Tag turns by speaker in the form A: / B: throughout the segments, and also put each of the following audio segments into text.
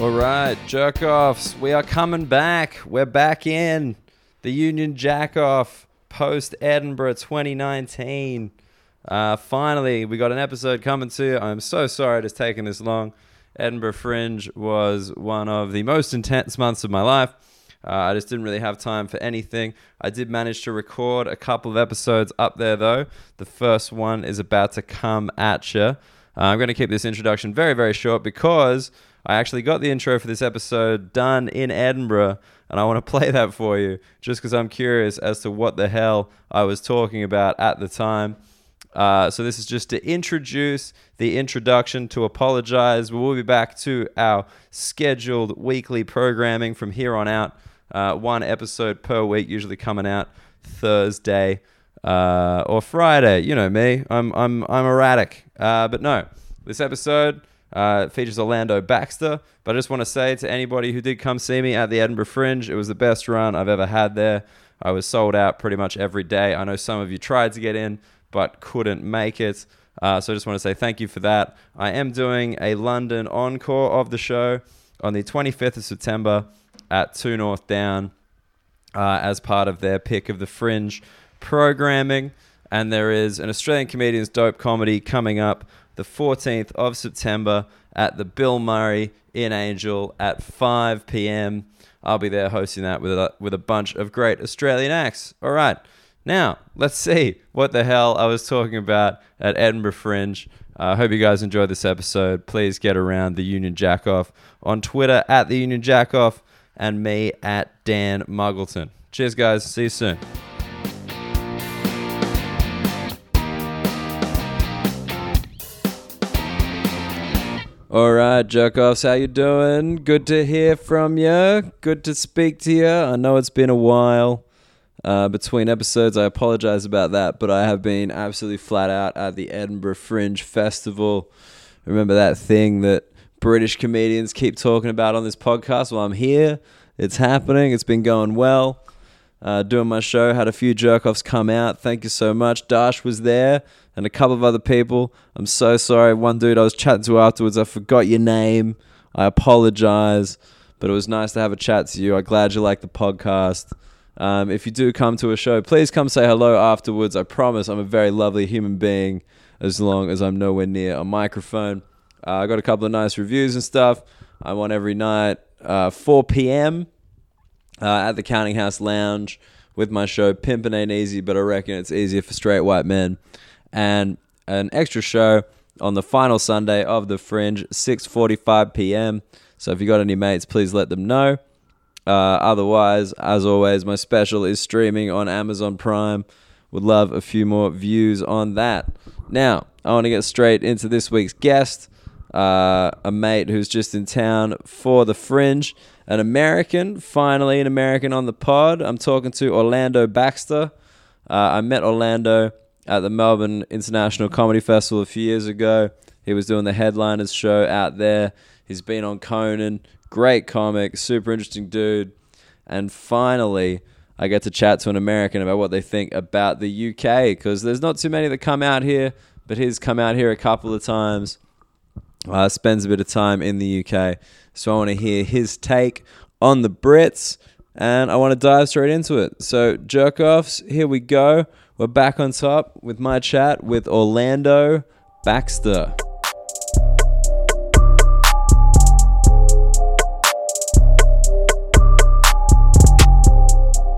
A: All right, jerk offs. We are coming back. We're back in the Union Jack off post Edinburgh 2019. Uh, finally, we got an episode coming to you. I'm so sorry it has taken this long. Edinburgh Fringe was one of the most intense months of my life. Uh, I just didn't really have time for anything. I did manage to record a couple of episodes up there, though. The first one is about to come at you. Uh, I'm going to keep this introduction very, very short because I actually got the intro for this episode done in Edinburgh, and I want to play that for you just because I'm curious as to what the hell I was talking about at the time. Uh, so this is just to introduce the introduction to apologize. We will be back to our scheduled weekly programming from here on out. Uh, one episode per week, usually coming out Thursday uh, or Friday. You know me, I'm I'm I'm erratic. Uh, but no, this episode. Uh, features Orlando Baxter, but I just want to say to anybody who did come see me at the Edinburgh Fringe, it was the best run I've ever had there. I was sold out pretty much every day. I know some of you tried to get in, but couldn't make it. Uh, so I just want to say thank you for that. I am doing a London encore of the show on the 25th of September at 2 North Down uh, as part of their pick of the fringe programming. And there is an Australian comedian's dope comedy coming up the 14th of September at the Bill Murray in Angel at 5 p.m. I'll be there hosting that with a, with a bunch of great Australian acts. All right. Now, let's see what the hell I was talking about at Edinburgh Fringe. I hope you guys enjoyed this episode. Please get around the Union Jackoff on Twitter at the Union Jackoff and me at Dan Muggleton. Cheers, guys. See you soon. All right, jerk-offs, how you doing? Good to hear from you. Good to speak to you. I know it's been a while uh, between episodes. I apologize about that, but I have been absolutely flat out at the Edinburgh Fringe Festival. Remember that thing that British comedians keep talking about on this podcast? Well, I'm here. It's happening. It's been going well. Uh, doing my show, had a few jerk-offs come out. Thank you so much. Dash was there and a couple of other people. I'm so sorry. One dude I was chatting to afterwards, I forgot your name. I apologize, but it was nice to have a chat to you. I'm glad you like the podcast. Um, if you do come to a show, please come say hello afterwards. I promise I'm a very lovely human being as long as I'm nowhere near a microphone. Uh, I got a couple of nice reviews and stuff. I'm on every night, uh, 4 p.m uh, at the Counting House Lounge with my show Pimpin' Ain't Easy, but I reckon it's easier for straight white men. And an extra show on the final Sunday of the Fringe, 6:45 p.m. So if you got any mates, please let them know. Uh, otherwise, as always, my special is streaming on Amazon Prime. Would love a few more views on that. Now, I want to get straight into this week's guest, uh, a mate who's just in town for the Fringe, an American, finally an American on the pod. I'm talking to Orlando Baxter. Uh, I met Orlando at the Melbourne International Comedy Festival a few years ago. He was doing the headliners show out there. He's been on Conan, great comic, super interesting dude. And finally, I get to chat to an American about what they think about the UK because there's not too many that come out here, but he's come out here a couple of times uh, spends a bit of time in the UK. So I want to hear his take on the Brits and I want to dive straight into it. So, jerk offs, here we go. We're back on top with my chat with Orlando Baxter.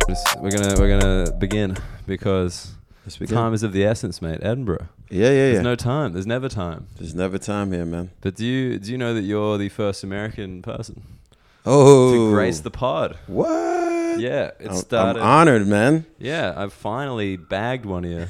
A: Just- We're gonna we're gonna begin because
B: Let's begin.
A: time is of the essence, mate. Edinburgh.
B: Yeah, yeah, yeah.
A: There's no time. There's never time.
B: There's never time here, man.
A: But do you do you know that you're the first American person
B: Oh,
A: to grace the pod?
B: what?
A: Yeah, it
B: I'm, I'm
A: started.
B: honored, man.
A: yeah, I finally bagged one of you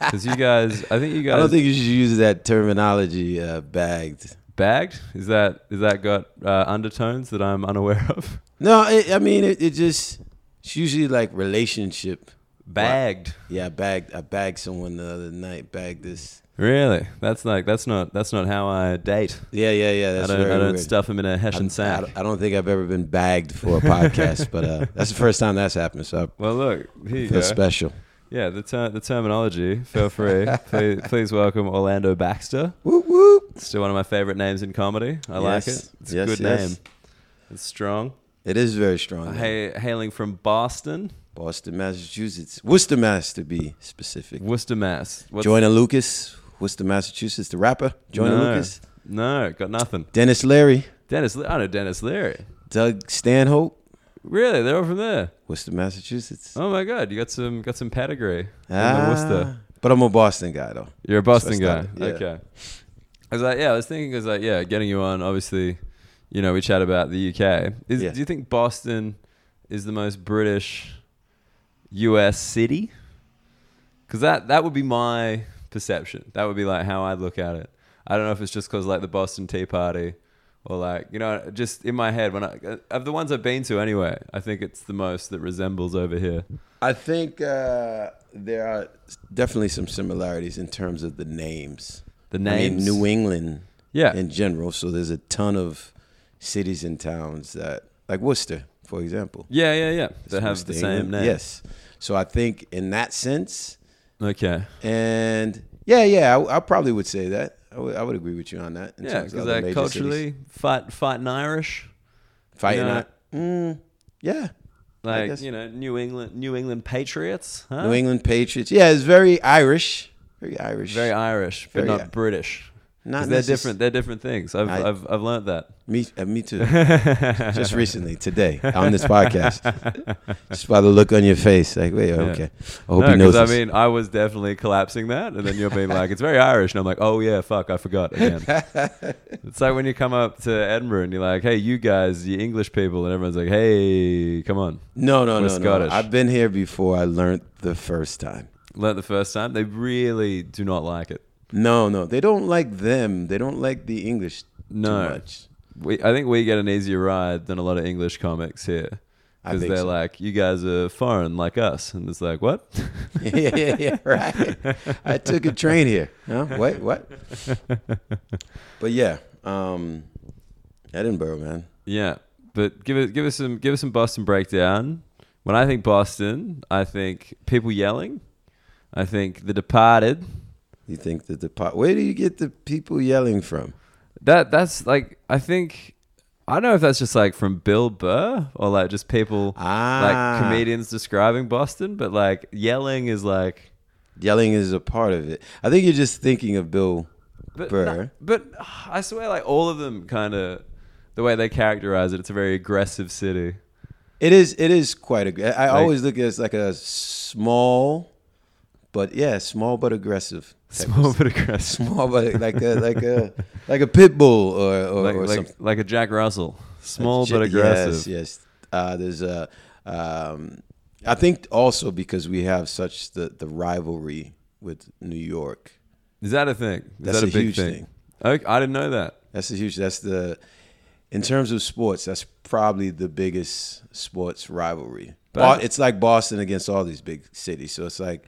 A: because you guys. I think you
B: I
A: guys
B: don't think you should use that terminology, uh, bagged.
A: bagged. Is that is that got uh, undertones that I'm unaware of?
B: No, it, I mean it, it. just it's usually like relationship.
A: Bagged.
B: Yeah, I bagged. I bagged someone the other night. Bagged this.
A: Really? That's like that's not that's not how I date.
B: Yeah, yeah, yeah. That's
A: I don't
B: very
A: I don't
B: weird.
A: stuff him in a
B: I,
A: Hessian
B: I
A: sack.
B: don't- I don't think I've ever been bagged for a podcast, but uh, that's the first time that's happened. So
A: well, look, here
B: I
A: you
B: feel
A: go.
B: special.
A: Yeah, the ter- the terminology. Feel free. please, please welcome Orlando Baxter.
B: Whoop whoop.
A: Still one of my favorite names in comedy. I like
B: Yes.
A: it. It's
B: Yes,
A: a good
B: yes.
A: name. It's strong.
B: It is very strong. name.
A: Ha- hailing from Boston,
B: Boston, Massachusetts. Worcester, Mass, to be specific.
A: Worcester, Mass. What's-
B: Joyner Lucas, Worcester, Massachusetts, the rapper. Joyner
A: No.
B: Lucas.
A: No, got nothing.
B: Dennis Leary,
A: Dennis, Le- I know Dennis Leary.
B: Doug Stanhope,
A: Really, they're all from there.
B: Worcester, Massachusetts.
A: Oh my God, you got some got some pedigree. in the Worcester.
B: Ah, But I'm a Boston guy, though.
A: You're a Boston guy.
B: started, yeah.
A: Okay. I was like, yeah, I was thinking, I was like, yeah, getting you on. Obviously, you know, we chat about the UK. Is,
B: Yeah.
A: Do you think Boston is the most British US city? Because that that would be my perception. That would be like how I'd look at it. I don't know if it's just because like the Boston Tea Party, or like you know, just in my head when I uh, of the ones I've been to anyway, I think it's the most that resembles over here.
B: I think uh, there are definitely some similarities in terms of the names.
A: The
B: I mean,
A: names,
B: New England
A: yeah,
B: in general. So there's a ton of cities and towns that, like Worcester, for example.
A: yeah, yeah, yeah. They have
B: Worcester,
A: the same
B: England.
A: name.
B: Yes. So I think in that sense,
A: Okay.
B: and yeah, yeah, I, I probably would say that. I would, I would agree with you on that. in
A: Yeah,
B: terms of
A: because
B: other
A: like
B: major cities.
A: culturally, fight fighting Irish,
B: fighting,
A: you know,
B: I- mm, yeah, I
A: like
B: guess.
A: you know New England New England Patriots, huh?
B: New England Patriots. Yeah, it's very Irish, very Irish.
A: very Irish, but
B: Very
A: not
B: I-
A: British. 'Cause
B: Not
A: they're
B: necess-
A: different. They're different things. I've I,
B: I-
A: have i I've learned that.
B: Me, uh, me too. Just recently, today, on this podcast, just by the look on your face, like, wait, okay. I hope
A: No,
B: he knows.
A: because I
B: this.
A: mean, I was definitely collapsing that, and then you're being like, "It's very Irish," and I'm like, "Oh yeah, fuck, I forgot again." it's like when you come up to Edinburgh and you're like, "Hey, you guys, you English people," and everyone's like, "Hey, come on."
B: no, no,
A: we're
B: no, no.
A: Scottish.
B: I've been here before. I learned the first time.
A: Learned the first time, they really do not like it.
B: No, no, they don't like them. They don't like the English
A: No.
B: too much.
A: We, I think we get an easier ride than a lot of English comics here.
B: I
A: Because
B: think
A: they're
B: so.
A: like, you guys are foreign like us. And it's like, what?
B: yeah, yeah, yeah, right. I took a train here. Huh? What? What? But yeah, um, Edinburgh, man.
A: yeah. But give it, give us some, give us some Boston breakdown. When I think Boston, I think people yelling. I think The Departed.
B: You think that the pot? Where do you get the people yelling from?
A: That that's like, I think, I don't know if that's just like from Bill Burr or like just people
B: Ah,
A: like comedians describing Boston, but like yelling is like
B: Yelling is a part of it. I think you're just thinking of Bill
A: But,
B: Burr.
A: no- but ah, I swear, like all of them, kind of the way they characterize it, it's a very aggressive city.
B: It is. It is quite. Ag- I I
A: Like-
B: always look at it as like a small, but yeah, small but aggressive. type of
A: Small but aggressive,
B: Small, but like a like a like a pit bull or or,
A: like
B: or Oh, something.
A: like, like a Jack Russell. Small
B: Ch-
A: but aggressive.
B: Yes, yes. Uh, there's a. Um, I think also because we have such the the rivalry with New York.
A: Is that a thing? Is
B: That's
A: that
B: a
A: big
B: huge thing.
A: Okay, I didn't know that.
B: That's a huge. That's the. In terms of sports, that's probably the biggest sports rivalry. Bo-
A: But-
B: it's like Boston against all these big cities. So it's like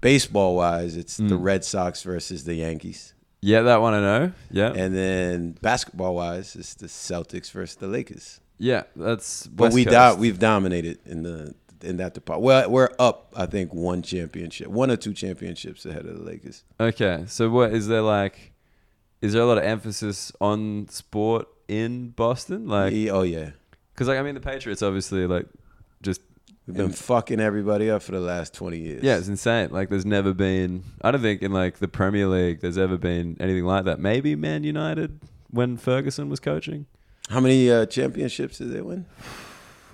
B: baseball wise, it's the
A: Mm.
B: Red Sox versus the Yankees.
A: Yeah, that one I know. Yeah,
B: And then basketball wise, it's the Celtics versus the Lakers.
A: yeah, that's. West
B: But we
A: Coast.
B: doubt we've dominated in the in that department. Well, we're up, I think, one championship, one or two championships ahead of the Lakers.
A: Okay, so what is there like? Is there a lot of emphasis on sport in Boston? Like,
B: E- oh yeah,
A: because like I mean, the Patriots obviously like just
B: we've been fucking everybody up for the last twenty years.
A: Yeah, it's insane. Like, there's never been. I don't think in like the Premier League there's ever been anything like that. Maybe Man United when Ferguson was coaching.
B: How many uh, championships did they win?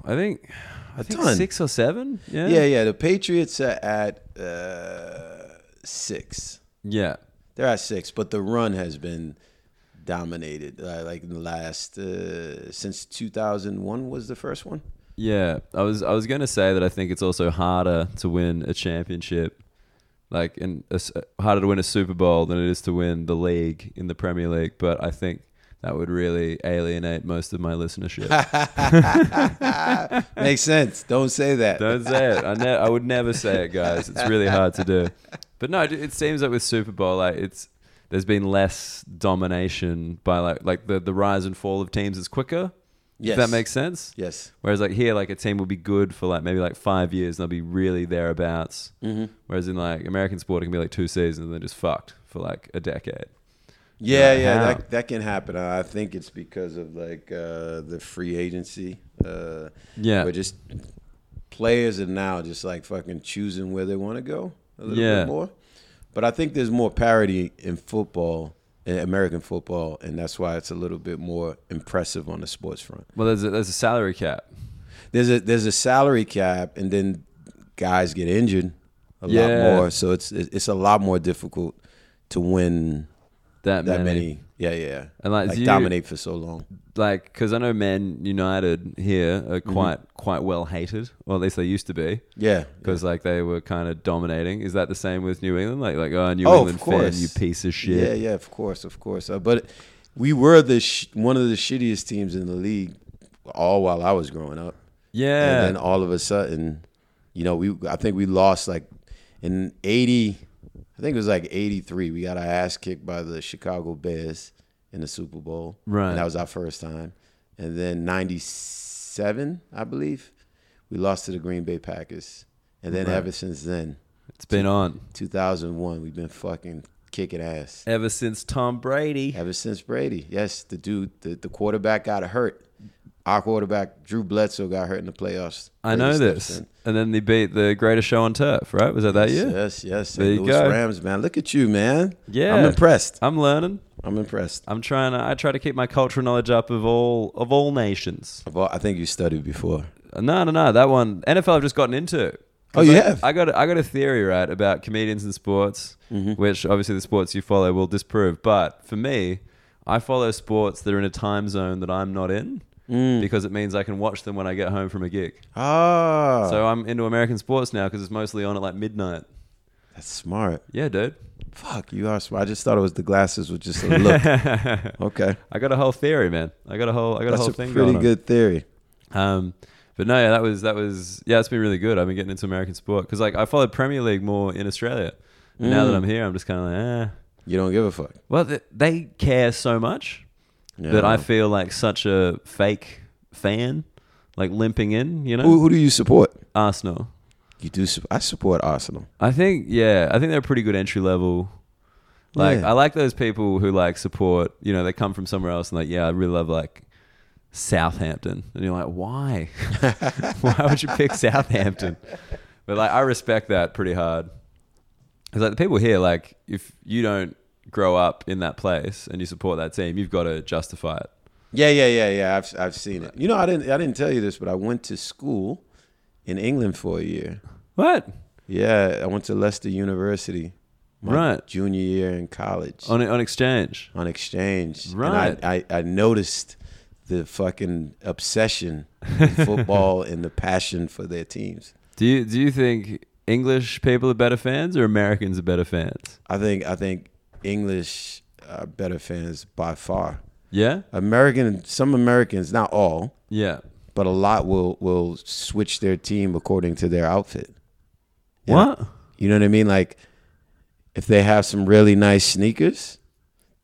A: I think, I
B: A
A: think
B: ton.
A: six or seven. Yeah,
B: Yeah, yeah. the Patriots are at uh, six.
A: yeah.
B: They're at six, but the run has been dominated. Uh, like in the last uh, since two thousand one was the first one.
A: Yeah. I was I was gonna say that I think it's also harder to win a championship, like in a s harder to win a Super Bowl than it is to win the league in the Premier League. But I think that would really alienate most of my listenership.
B: Makes sense. Don't say that.
A: Don't say it. I ne- I would never say it, guys. It's really hard to do. But no, it- it seems like with Super Bowl, like it's there's been less domination by like like the the rise and fall of teams is quicker.
B: Yes.
A: Does that make sense?
B: Yes.
A: Whereas like here, like a team will be good for like maybe like five years and they'll be really thereabouts. Mm-hmm. Whereas in like American sport, it can be like two seasons and they're just fucked for like a decade.
B: Yeah,
A: Like
B: yeah,
A: how?
B: that that can happen. I think it's because of like uh, the free agency. Uh,
A: Yeah.
B: but just players are now just like fucking choosing where they want to go a little
A: Yeah.
B: bit more. But I think there's more parity in football, in American football, and that's why it's a little bit more impressive on the sports front.
A: Well, there's a, there's a salary cap.
B: There's a there's a salary cap, and then guys get injured a
A: Yeah.
B: lot more, so it's it's a lot more difficult to win
A: That,
B: that
A: many.
B: many. Yeah, yeah.
A: And, like, do you-
B: dominate for so long.
A: like because I know Man United here are quite quite well hated, or at least they used to be,
B: Yeah.
A: because like they were kind of dominating. Is that the same with New England? Like like oh New
B: Oh, of
A: England fan,
B: course.
A: you piece of
B: Yeah,
A: shit.
B: yeah, of course, of course. Uh, but we were the sh- one of the shittiest teams in the league all while I was growing up.
A: Yeah,
B: And then all of a sudden, you know, we I think we lost like in 80 I think it was like 83. We got our ass kicked by the Chicago Bears in the Super Bowl.
A: Right.
B: And that was our first time. And then 97, I believe, we lost to the Green Bay Packers. And then ever since then,
A: it's been on
B: 2001, we've been fucking kicking ass.
A: ever since Tom Brady.
B: Ever since Brady, yes, the dude, the, the quarterback got hurt. Our quarterback Drew Bledsoe got hurt in the playoffs.
A: I know
B: Brady
A: this,
B: steps in.
A: and then they beat the greatest show on turf, right? Was that that year?
B: Yes, yes.
A: There
B: St.
A: you
B: Louis
A: go.
B: Rams, man. Look at you, man.
A: Yeah.
B: I'm impressed.
A: I'm learning.
B: I'm impressed.
A: I'm trying to. I try to keep my cultural knowledge up of all of all nations.
B: Well, I think you studied before.
A: No, no, no. That one NFL I've just gotten into.
B: Oh, you
A: I,
B: have?
A: I got a, I got a theory right about comedians in sports,
B: Mm-hmm.
A: which obviously the sports you follow will disprove. But for me, I follow sports that are in a time zone that I'm not in
B: Mm.
A: because it means I can watch them when I get home from a gig.
B: Ah,
A: So I'm into American sports now because it's mostly on at like midnight.
B: that's smart.
A: Yeah, dude.
B: Fuck, you are smart. I just thought it was the glasses with just a look. okay,
A: I got a whole theory, man. I got a whole I got a
B: that's
A: whole
B: a
A: thing
B: pretty
A: going on.
B: good theory.
A: Um, but no, yeah, that was that was yeah, it's been really good. I've been getting into American sport because like I followed Premier League more in Australia. And Now that I'm here, I'm just kind of like, eh.
B: You don't give a fuck.
A: Well, th- they care so much
B: Yeah.
A: that I feel like such a fake fan, like limping in. You know,
B: Who, who do you support?
A: Arsenal.
B: You do. Su- I support Arsenal.
A: I think yeah, I think they're a pretty good entry level. Like
B: Yeah.
A: I like those people who like support. You know, they come from somewhere else and like yeah, I really love like Southampton, and you're like, why? why would you pick Southampton? But like I respect that pretty hard. It's like the people here, like if you don't grow up in that place and you support that team, you've got to justify it.
B: Yeah, yeah, yeah, yeah. I've I've seen it. You know, I didn't I didn't tell you this, but I went to school in England for a year.
A: What?
B: Yeah, I went to Leicester University, my
A: Right.
B: junior year in college on,
A: On on exchange.
B: exchange. And
A: Right.
B: I, I I noticed the fucking obsession with football and the passion for their teams.
A: Do you do you think English people are better fans or Americans are better fans?
B: I think I think English are better fans by far.
A: Yeah?
B: American, some Americans, not all,
A: Yeah.
B: but a lot will will switch their team according to their outfit. You know?
A: What?
B: You know what I mean? Like if they have some really nice sneakers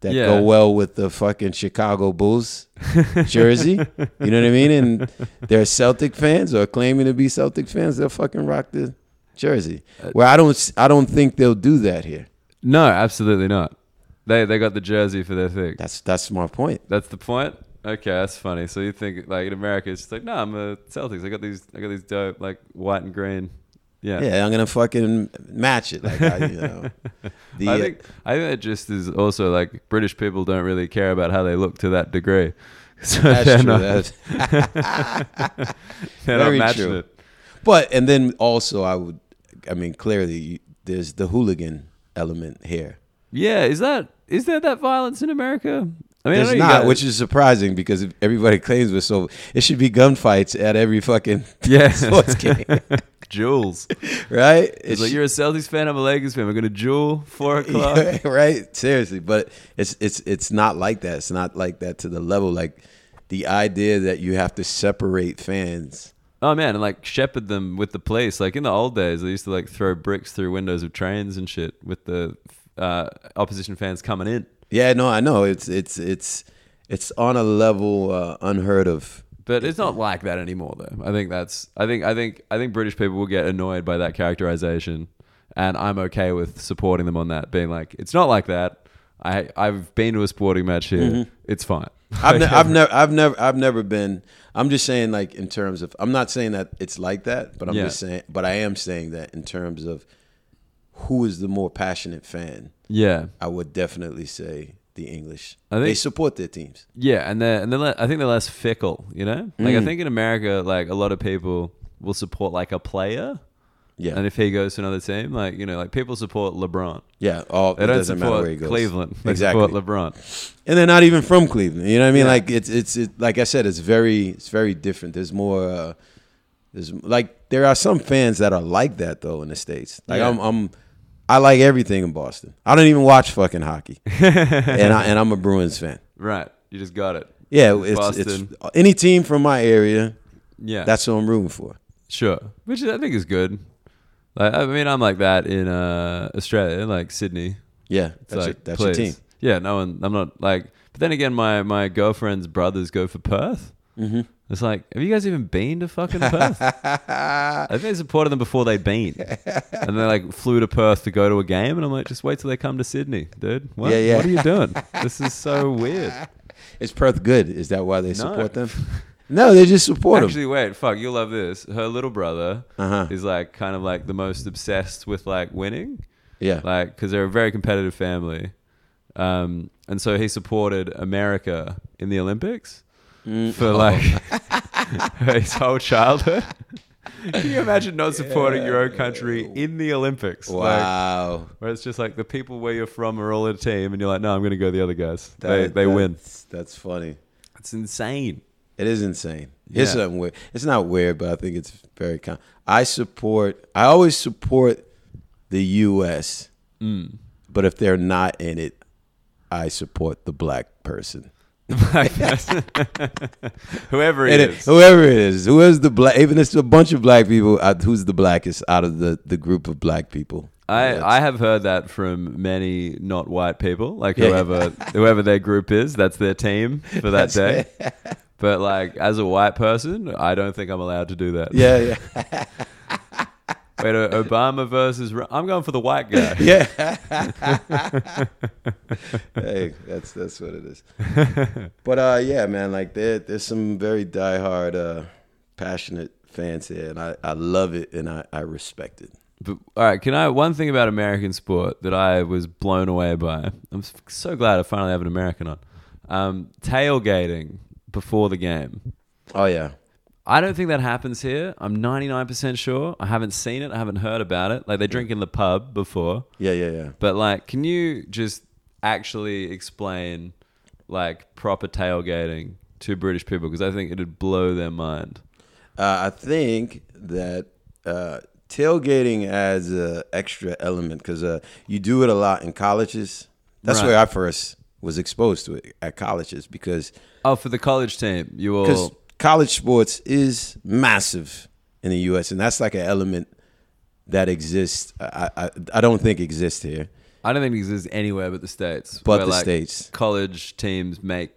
B: that
A: Yeah.
B: go well with the fucking Chicago Bulls jersey, you know what I mean? And they're Celtic fans or claiming to be Celtic fans, they'll fucking rock the jersey.
A: Uh,
B: Where I don't s- I don't think they'll do that here.
A: No, absolutely not. They they got the jersey for their thing.
B: That's that's my point.
A: That's the point. Okay, that's funny. So you think like in America, it's just like, no, I'm a Celtics. I got these, I got these dope like white and green. Yeah,
B: Yeah, I'm gonna fucking match it. Like I, you know, the,
A: I think I think that just is also like British people don't really care about how they look to that degree. So
B: that's
A: they're
B: true.
A: not-
B: That's-
A: they're not
B: very
A: matching
B: true.
A: it.
B: But and then also I would, I mean, clearly you, there's the hooligan element here.
A: Yeah, is that is there that violence in America? I mean, I know
B: There's
A: you
B: not,
A: guys-
B: which is surprising because if everybody claims we're so. It should be gunfights at every fucking
A: Yeah.
B: sports game,
A: Jules.
B: right? It
A: It's like
B: should-
A: you're a Celtics fan. I'm a Lakers fan. We're gonna duel four o'clock.
B: right? Seriously, but it's it's it's not like that. It's not like that to the level like the idea that you have to separate fans.
A: Oh man, and like shepherd them with the police. Like in the old days, they used to like throw bricks through windows of trains and shit with the uh, opposition fans coming in.
B: Yeah, no, I know. It's it's it's it's on a level uh, unheard of
A: But it's not like that anymore, though. I think that's. I think. I think. I think British people will get annoyed by that characterization, and I'm okay with supporting them on that. Being like, it's not like that. I I've been to a sporting match here. It's fine.
B: I've, ne- I've never, I've never, I've never been. I'm just saying, like in terms of, I'm not saying that it's like that, but I'm
A: Yeah.
B: just saying, but I am saying that in terms of who is the more passionate fan,
A: yeah,
B: I would definitely say the English.
A: I think-
B: they support their teams.
A: yeah, and they're and they're. Le- I think they're less fickle. You know, like I think in America, like a lot of people will support like a player,
B: Yeah,
A: and if he goes to another team, like you know, like people support LeBron.
B: yeah. All
A: They
B: it
A: don't
B: doesn't matter where he
A: support
B: goes.
A: Cleveland. They
B: exactly.
A: support LeBron.
B: and they're not even from Cleveland. You know what I mean? Like it's it's it, like I said, it's very it's very different. There's more. Uh, there's like there are some fans that are like that though in the states. Like
A: Yeah.
B: I'm I'm I like everything in Boston. I don't even watch fucking hockey, and I and I'm a Bruins fan.
A: Right. You just got it.
B: Yeah, it's
A: Boston.
B: it's any team from my area.
A: Yeah.
B: That's what I'm rooting for.
A: Sure, which I think is good. Like, I mean, I'm like that in uh, Australia, like Sydney.
B: Yeah, that's
A: like,
B: your, that's
A: please.
B: your team.
A: Yeah, no one. I'm not like. But then again, my my girlfriend's brothers go for Perth. Mm-hmm. It's like, have you guys even been to fucking Perth? I think they supported them before they'd been, and they like flew to Perth to go to a game, and I'm like, just wait till they come to Sydney, dude. What,
B: Yeah, yeah.
A: what are you doing? this is so weird.
B: Is Perth good? Is that why they support
A: No.
B: them? No, they just support them.
A: Actually, wait, fuck, you'll love this. Her little brother
B: Uh-huh.
A: is like kind of like the most obsessed with like winning.
B: Yeah,
A: like because they're a very competitive family um, and so he supported america in the olympics
B: Mm.
A: for
B: Oh.
A: like his whole childhood can you imagine not supporting your own country in the olympics like,
B: wow.
A: where it's just like the people where you're from are all a team and you're like no i'm going to go the other guys they,
B: That-
A: they win
B: that's- That's funny.
A: it's insane
B: It is insane. It's
A: Yeah.
B: something weird. It's not weird, but I think it's very common. I support. I always support the U.S.
A: Mm.
B: But if they're not in it, I support the black person.
A: whoever it
B: And it-
A: is
B: whoever it is, who is the black? Even if it's a bunch of black people, uh, who's the blackest out of the the group of black people?
A: I,
B: That's-
A: I have heard that from many not white people. Like
B: Yeah.
A: whoever whoever their group is, that's their team for that day. But like as a white person, I don't think I'm allowed to do that.
B: yeah, yeah.
A: Wait, uh, Obama versus Ru- I'm going for the white guy.
B: yeah. hey, that's that's what it is. But uh, yeah, man, like there, there's some very diehard, uh, passionate fans here, and I, I love it, and I, I respect it.
A: But, all right, can I one thing about American sport that I was blown away by? I'm s- so glad I finally have an American on. Um, tailgating before the game.
B: Oh yeah,
A: I don't think that happens here. I'm 99% sure. I haven't seen it. I haven't heard about it. Like they drink in the pub before.
B: yeah, yeah, yeah.
A: But like, can you just actually explain like proper tailgating to British people? Because I think it'd blow their mind.
B: Uh, I think that uh, tailgating adds an extra element because uh, you do it a lot in colleges. That's
A: Right.
B: where I first was exposed to it at colleges because
A: Oh, for the college team, you
B: because
A: all
B: college sports is massive in the U.S. and that's like an element that exists. I I, I don't think exists here,
A: I don't think it exists anywhere but the states.
B: but
A: where,
B: the
A: like,
B: states.
A: college teams make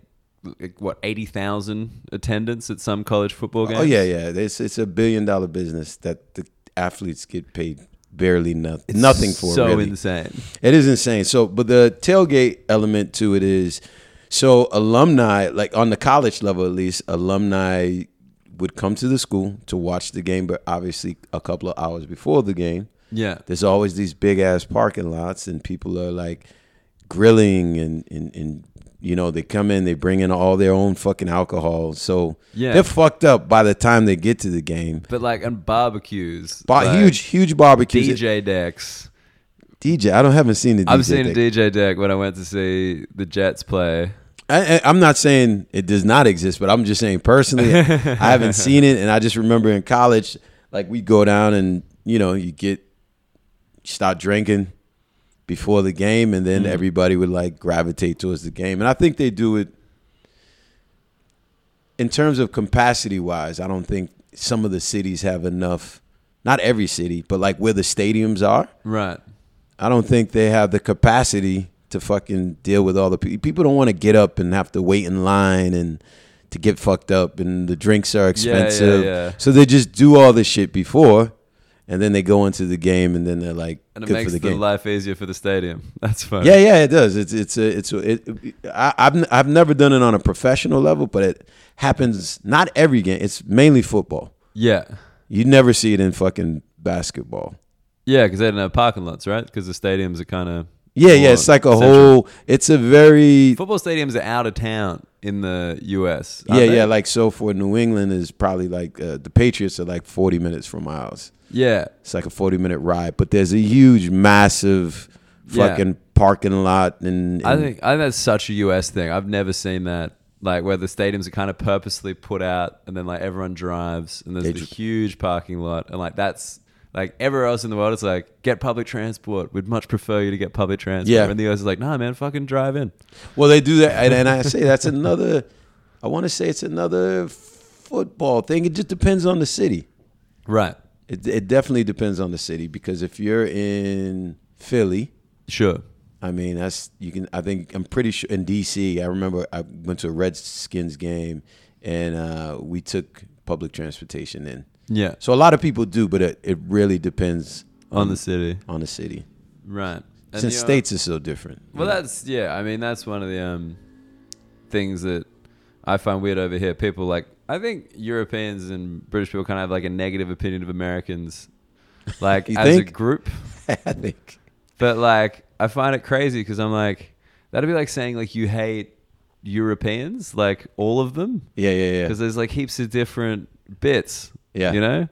A: like, what eighty thousand attendance at some college football games.
B: Oh yeah, yeah. It's it's a billion dollar business that the athletes get paid barely nothing, nothing for.
A: so
B: really.
A: insane.
B: It is insane. So, but the tailgate element to it is so alumni, like on the college level at least, alumni would come to the school to watch the game, but obviously a couple of hours before the game.
A: Yeah,
B: There's always these big ass parking lots, and people are like grilling and, and, and you know, they come in, they bring in all their own fucking alcohol. So
A: Yeah.
B: they're fucked up by the time they get to the game.
A: but like and barbecues,
B: Ba-
A: like,
B: huge, huge barbecues. DJ.
A: DJ decks.
B: I don't haven't seen the DJ.
A: I've seen
B: thing.
A: a DJ deck when I went to see the Jets play.
B: I, I- I'm not saying it does not exist, but I'm just saying personally, I haven't seen it, and I just remember in college, like we go down and you know you get start drinking before the game, and then everybody would like gravitate towards the game, and I think they do it in terms of capacity wise. I don't think some of the cities have enough. Not every city, but like where the stadiums are.
A: Right.
B: I don't think they have the capacity to fucking deal with all the people. People don't want to get up and have to wait in line and to get fucked up, and the drinks are expensive.
A: yeah.
B: So they just do all this shit before, and then they go into the game, and then they're like,
A: And it
B: good
A: makes
B: for
A: the,
B: the game.
A: life easier for the stadium. That's funny.
B: yeah, yeah, it does. It's it's a, it's a, it, I, I've n- I've never done it on a professional level, but it happens not every game. It's mainly football.
A: Yeah.
B: You never see it in fucking basketball.
A: Yeah, because they don't have parking lots, right? Because the stadiums are kind of
B: Yeah, yeah. It's like a whole. It's a very
A: football stadiums are out of town in the U.S.
B: yeah,
A: aren't they?
B: yeah. Like so for New England is probably like uh, the Patriots are like forty minutes from my house.
A: yeah.
B: It's like a forty minute ride, but there's a huge, massive,
A: Yeah.
B: fucking parking lot and,
A: I
B: and-
A: think I think that's such a US thing. I've never seen that. Like where the stadiums are kind of purposely put out and then like everyone drives and there's
B: They
A: a
B: dri-
A: huge parking lot and like that's like everywhere else in the world it's like get public transport. We'd much prefer you to get public transport.
B: Yeah.
A: And the US is like, nah man, fucking drive in.
B: Well, they do that, and, and I say that's another. I want to say it's another football thing. It just depends on the city.
A: Right.
B: It, it definitely depends on the city because if you're in Philly,
A: Sure.
B: I mean that's you can. I think I'm pretty sure in DC. I remember I went to a Redskins game, and uh, we took public transportation in.
A: Yeah.
B: So a lot of people do, but it, it really depends
A: On the city.
B: on the city.
A: Right. And
B: Since
A: you know-
B: states are so different.
A: Well, that's yeah. I mean, that's one of the um, things that I find weird over here. People like I think Europeans and British people kind of have like a negative opinion of Americans, like
B: You
A: as a
B: think?
A: group.
B: I think.
A: But like I find it crazy because I'm like that'd be like saying like you hate Europeans, like all of them,
B: Yeah, yeah, yeah.
A: because there's like heaps of different bits.
B: Yeah.
A: you know.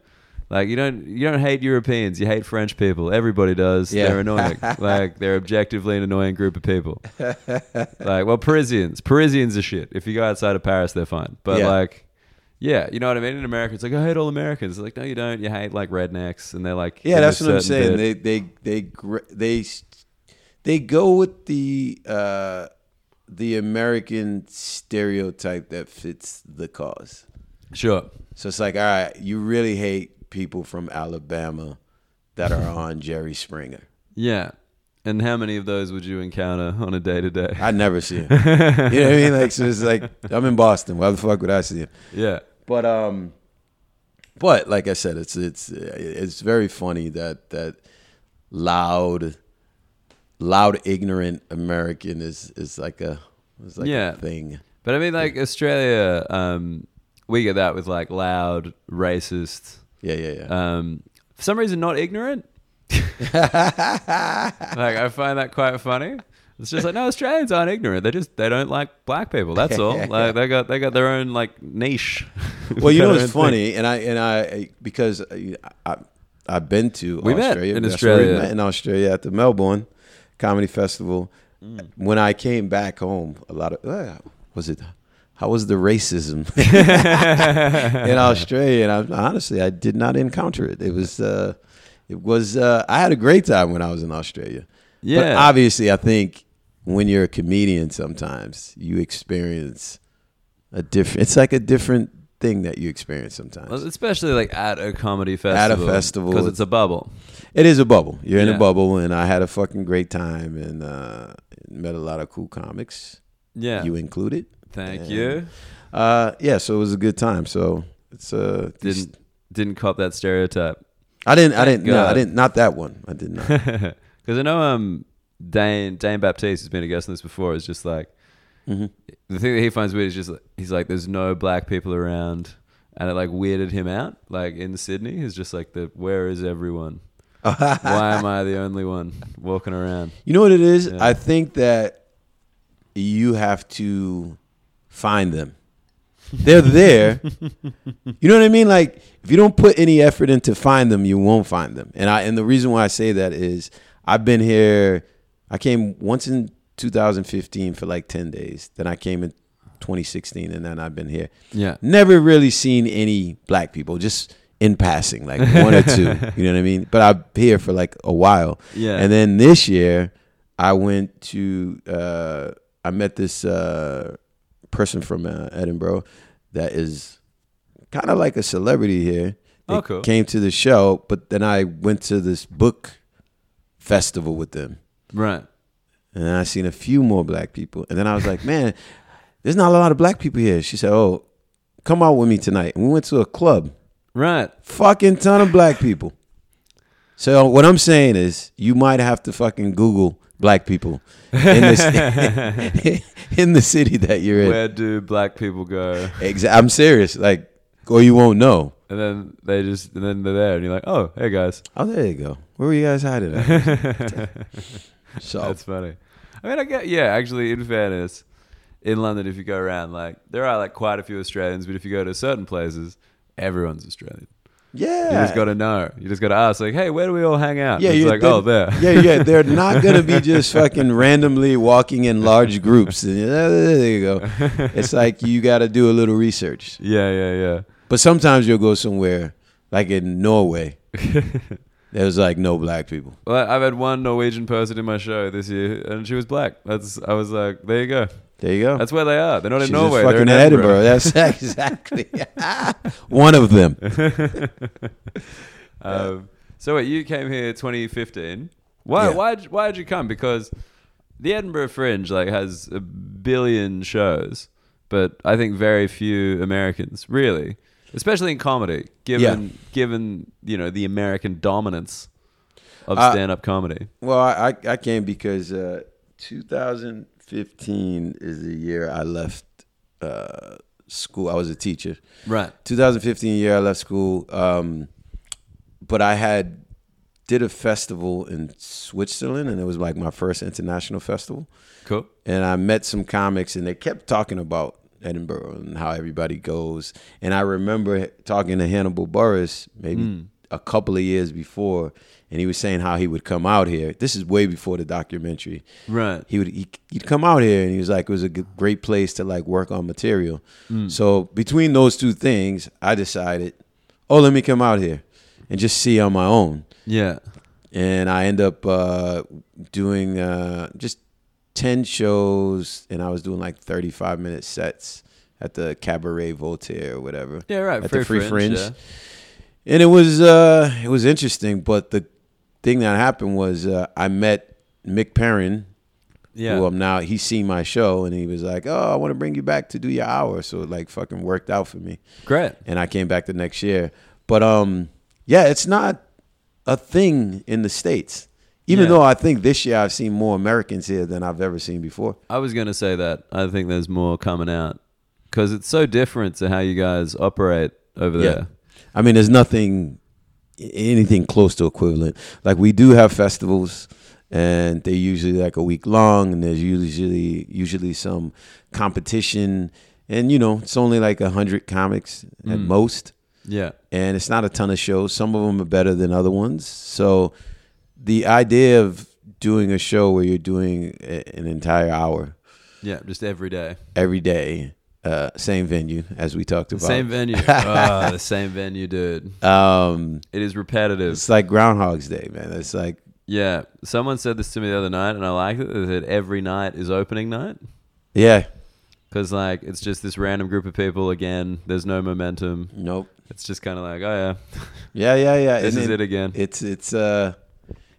A: Like you don't you don't hate Europeans, you hate French people. Everybody does.
B: Yeah.
A: They're annoying. like they're objectively an annoying group of people. like well Parisians, Parisians are shit. If you go outside of Paris, they're fine. But
B: Yeah.
A: like, yeah, you know what I mean. In America, it's like I hate all Americans. It's like no, you don't. You hate like rednecks, and they're like
B: Yeah,
A: in
B: that's
A: a
B: what I'm
A: certain
B: saying.
A: bit.
B: They they they gr- they they go with the uh, the American stereotype that fits the cause.
A: sure.
B: So it's like, all right, you really hate people from Alabama that are on Jerry Springer.
A: Yeah. And how many of those would you encounter on a day to day?
B: I never see him. You know what I mean? Like, so it's like I'm in Boston. Why the fuck would I see him?
A: Yeah.
B: But um, but like I said, it's it's it's very funny that that loud, loud ignorant American is is like a is like
A: Yeah.
B: a thing.
A: But I mean, like Australia, um, we get that with like loud, racist.
B: Yeah, yeah, yeah.
A: Um, for some reason, not ignorant. like I find that quite funny. It's just like no, Australians aren't ignorant. They just they don't like black people. That's all. Like they got they got their own like niche.
B: well, you know
A: Their own
B: what's
A: thing.
B: funny, and I and I because I, I I've been to
A: We met
B: Australia
A: in
B: That's where we
A: Australia.
B: met in Australia at the Melbourne Comedy Festival.
A: Mm.
B: When I came back home, a lot of uh, was it. How was the racism in Australia? And I, honestly, I did not encounter it. It was, uh, it was. Uh, I had a great time when I was in Australia. But
A: Yeah.
B: obviously, I think when you're a comedian, sometimes you experience a different. It's like a different thing that you experience sometimes.
A: especially like at a comedy
B: At a
A: festival.
B: festival,
A: because it's a bubble.
B: It is a bubble. You're in
A: Yeah.
B: a bubble, and I had a fucking great time and uh, met a lot of cool comics,
A: Yeah.
B: you included.
A: Thank
B: Yeah.
A: you.
B: Uh, yeah, so it was a good time. So it's uh, these-
A: Didn't didn't cop that stereotype.
B: I didn't. I didn't. No, I
A: God.
B: didn't. Not that one. I did not.
A: Because I know um Dane Dane Baptiste has been a guest on this before. Is just like
B: Mm-hmm.
A: the thing that he finds weird is just like, he's like there's no black people around, and it like weirded him out. Like in Sydney, he's just like the where is everyone? Why am I the only one walking around?
B: You know what it is?
A: Yeah.
B: I think that you have to find them. They're there. you know what I mean? Like if you don't put any effort into find them, you won't find them. And I and the reason why I say that is I've been here I came once in 2015 for like 10 days. Then I came in 2016 and then I've been here.
A: Yeah,
B: Never really seen any black people just in passing, like one or two. You know what I mean? But I'm here for like a while.
A: yeah,
B: And then this year, I went to uh, I met this uh, person from uh, Edinburgh that is kind of like a celebrity here. They
A: Oh, cool.
B: Came to the show, but then I went to this book festival with them,
A: right.
B: and I seen a few more black people. And then I was like, man, there's not a lot of black people here. She said, oh. come out with me tonight. And we went to a club,
A: Right.
B: fucking ton of black people. So what I'm saying is, you might have to fucking Google black people in this in the city that you're in.
A: Where do black people go?
B: Exa- I'm serious, like, or you won't know.
A: And then they just, and then they're there, and you're like, oh, hey guys,
B: Oh, there you go. Where were you guys hiding at? so
A: that's funny. I mean, I get, yeah. Actually, in fairness, in London, if you go around, like there are like quite a few Australians, but if you go to certain places, everyone's Australian.
B: yeah,
A: You just got to know. You just got to ask, like, hey, where do we all hang out?
B: Yeah,
A: it's
B: you're
A: like,
B: they're-
A: oh, there.
B: Yeah, yeah, they're not gonna be just fucking randomly walking in large groups. And, uh, There you go. It's like you got to do a little research.
A: yeah, yeah, yeah.
B: But sometimes you'll go somewhere, like in Norway. There's like no black people.
A: Well, I've had one Norwegian person in my show this year, and she was black. That's I was like, there you go.
B: There you go.
A: That's where they are. They're not
B: She's
A: in Norway.
B: Just
A: They're in
B: fucking Edinburgh. That's exactly one of them.
A: Um, so wait, you came here 2015. Why?
B: Yeah.
A: Why? Why did you come? Because the Edinburgh Fringe like has a billion shows, but I think very few Americans really, especially in comedy, given given you know the American dominance of
B: Uh,
A: stand up comedy.
B: Well, I I- I came because uh, 2015 is the year I left uh, school. I was a teacher.
A: Right.
B: 2015 year I left school, um, but I had did a festival in Switzerland, and it was like my first international festival.
A: Cool.
B: And I met some comics, and they kept talking about Edinburgh and how everybody goes. And I remember talking to Hannibal Burris maybe a couple of years before, and he was saying how he would come out here. This is way before the documentary
A: Right.
B: he would he, he'd come out here and he was like it was a g- great place to like work on material so between those two things i decided oh let me come out here and just see on my own
A: Yeah.
B: and i end up uh, doing uh, just 10 shows and i was doing like 35 minute sets at the cabaret voltaire or whatever
A: Yeah. Right.
B: at the free fringe, and it was uh it was interesting but the thing that happened was uh, i met mick perrin
A: Yeah.
B: who
A: Yeah.
B: I'm now he's seen my show and he was like, Oh, I want to bring you back to do your hour. So it like fucking worked out for me.
A: Great.
B: And I came back the next year. But um yeah, it's not a thing in the States. Even
A: Yeah.
B: though I think this year I've seen more Americans here than I've ever seen before.
A: I was going to say that. I think there's more coming out because it's so different to how you guys operate over there.
B: I mean, there's nothing anything close to equivalent. Like we do have festivals and they're usually like a week long and there's usually usually some competition and you know, it's only like a hundred comics at most.
A: Yeah.
B: And it's not a ton of shows. Some of them are better than other ones. So the idea of doing a show where you're doing a- an entire hour
A: Yeah. Just every day.
B: every day, uh, same venue as we talked about.
A: Same venue. Ah, the same venue, dude.
B: um,
A: It is repetitive.
B: it's like Groundhog's Day, man. It's like
A: Yeah. Someone said this to me the other night, and I liked it. They said every night is opening night
B: Yeah.
A: because, like, it's just this random group of people again. There's no momentum.
B: Nope.
A: It's just kind of like, oh, yeah,
B: Yeah, yeah, yeah.
A: this
B: And
A: is it again.
B: It's it's uh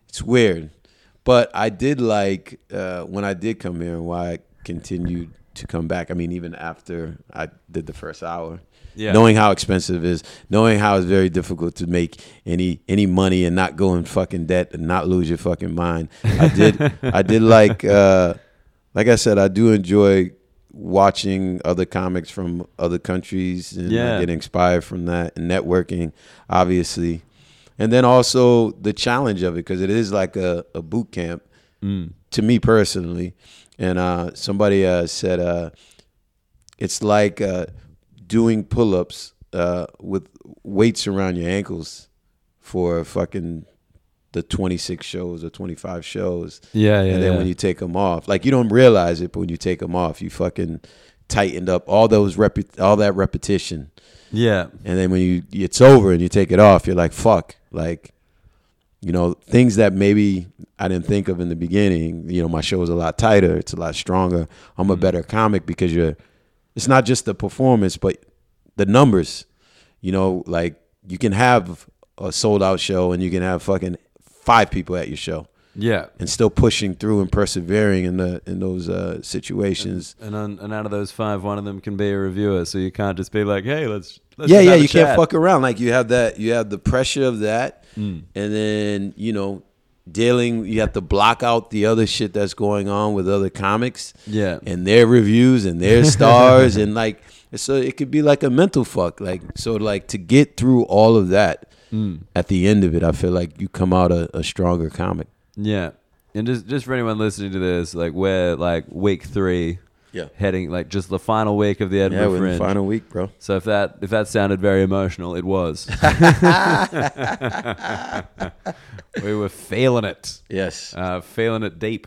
B: it's weird. But I did like uh when I did come here and why I continued to come back. I mean, even after I did the first hour.
A: Yeah.
B: Knowing how expensive it is, knowing how it's very difficult to make any any money and not go in fucking debt and not lose your fucking mind. I did I did like uh like I said, I do enjoy watching other comics from other countries and I
A: Yeah.
B: get inspired from that and networking, obviously. And then also the challenge of it because it is like a, a boot camp
A: Mm.
B: to me personally. And uh, somebody uh, said uh, it's like uh, doing pull ups uh, with weights around your ankles for fucking the 26 shows or 25 shows
A: Yeah. Yeah.
B: and then when you take them off, like you don't realize it, but when you take them off, you fucking tightened up all those rep, all that repetition,
A: yeah.
B: and then when you it's over and you take it off, you're like fuck, like you know things that maybe I didn't think of in the beginning. You know, my show is a lot tighter, it's a lot stronger. I'm a better comic because you're. It's not just the performance, but the numbers. You know, like you can have a sold out show and you can have fucking five people at your show
C: Yeah.
B: and still pushing through and persevering in the in those uh, situations.
A: And on, and out of those five, one of them can be a reviewer, so you can't just be like, "Hey, let's." let's
B: yeah,
A: just
B: yeah,
A: have a
B: you can't
A: chat.
B: fuck around. Like you have that, you have the pressure of that,
A: Mm.
B: and then you know, dealing. You have to block out the other shit that's going on with other comics.
A: Yeah.
B: and their reviews and their stars and like so it could be like a mental fuck like so like to get through all of that
A: Mm.
B: at the end of it i feel like you come out a, a stronger comic
A: Yeah, and just just for anyone listening to this, like we're like week three,
B: Yeah.
A: heading like just the final week of the
B: yeah
A: Edinburgh
B: we're in the
A: Fringe.
B: final week bro
A: So if that if that sounded very emotional, it was. we were feeling it,
B: yes
A: uh, feeling it deep.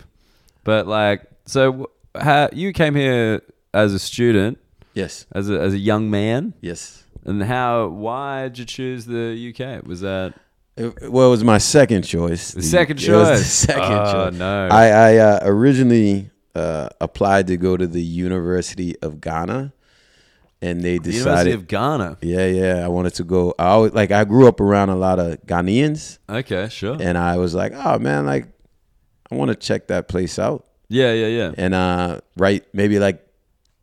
A: But like, so wh- how, you came here as a student,
B: yes
A: as a, as a young man,
B: yes
A: and how? Why did you choose the UK? Was that
B: It- well, it was my second choice. The
A: Uh, second
B: It was the
A: choice.
B: second
A: Oh,
B: choice.
A: no.
B: I, I uh, originally uh, applied to go to the University of Ghana, and they
A: the University
B: decided.
A: of Ghana?
B: yeah, yeah. I wanted to go. I always, like. I grew up around a lot of Ghanaians,
A: Okay, sure.
B: and I was like, oh man, like, I want to check that place out.
A: Yeah, yeah, yeah.
B: And uh, right, maybe like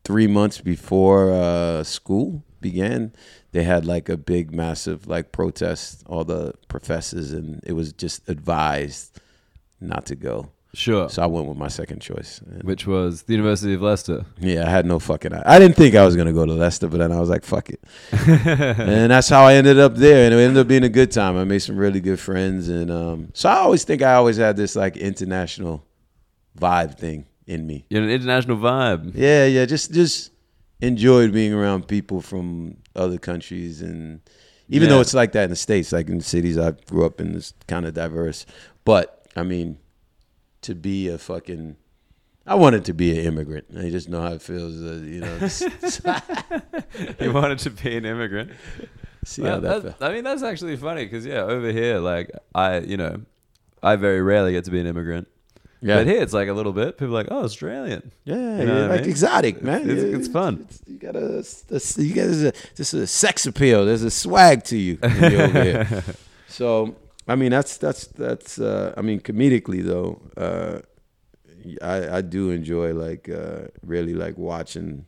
B: three months before uh, school began, they had like a big, massive like protest. All the professors and it was just advised not to go.
A: Sure.
B: So I went with my second choice. And,
A: Which was the University of Leicester.
B: yeah, I had no fucking. I didn't think I was gonna go to Leicester, but then I was like, fuck it, and that's how I ended up there. And it ended up being a good time. I made some really good friends, and um, so I always think I always had this like international vibe thing in me.
A: You had an international vibe.
B: Yeah, yeah. Just just enjoyed being around people from other countries and
A: Yeah.
B: even though it's like that in the States, like in the cities I grew up in it's kinda diverse. But I mean, to be a fucking I wanted to be an immigrant. I just know how it feels, uh, you know. s- s-
A: You wanted to be an immigrant.
B: see
A: Well,
B: how that
A: that-
B: felt.
A: I mean, that's actually funny because yeah, over here, like I, you know, I very rarely get to be an immigrant.
B: Yeah,
A: But here, it's like a little bit. People are like, oh, Australian.
B: yeah,
A: you know
B: yeah,
A: what I
B: like
A: mean?
B: exotic, man.
A: It's,
B: Yeah,
A: it's fun.
B: it's- You got a, a- you got a, this is a sex appeal. There's a swag to you. when you're over here. So I mean, that's that's that's. Uh, I mean, comedically though, uh, I I do enjoy like uh, really like watching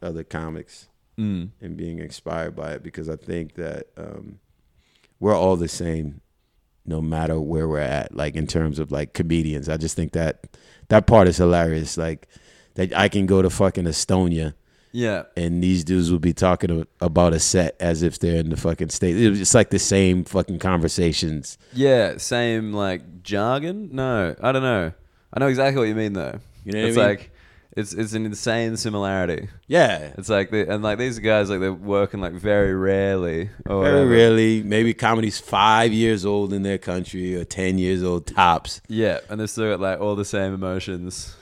B: other comics
A: Mm.
B: and being inspired by it because I think that um, we're all the same, no matter where we're at. Like in terms of like comedians, I just think that that part is hilarious. Like that I can go to fucking Estonia
A: Yeah.
B: and these dudes would be talking a- about a set as if they're in the fucking state. It was just like the same fucking conversations.
A: Yeah. Same like jargon. No, I don't know. I know exactly what you mean though.
B: You know what I
A: it's
B: mean?
A: like it's it's an insane similarity.
B: Yeah,
A: It's like the, and like these guys like they're working like very rarely. Or
B: very
A: whatever.
B: rarely. Maybe comedy's five years old in their country or ten years old tops.
A: Yeah, and they've still got like all the same emotions.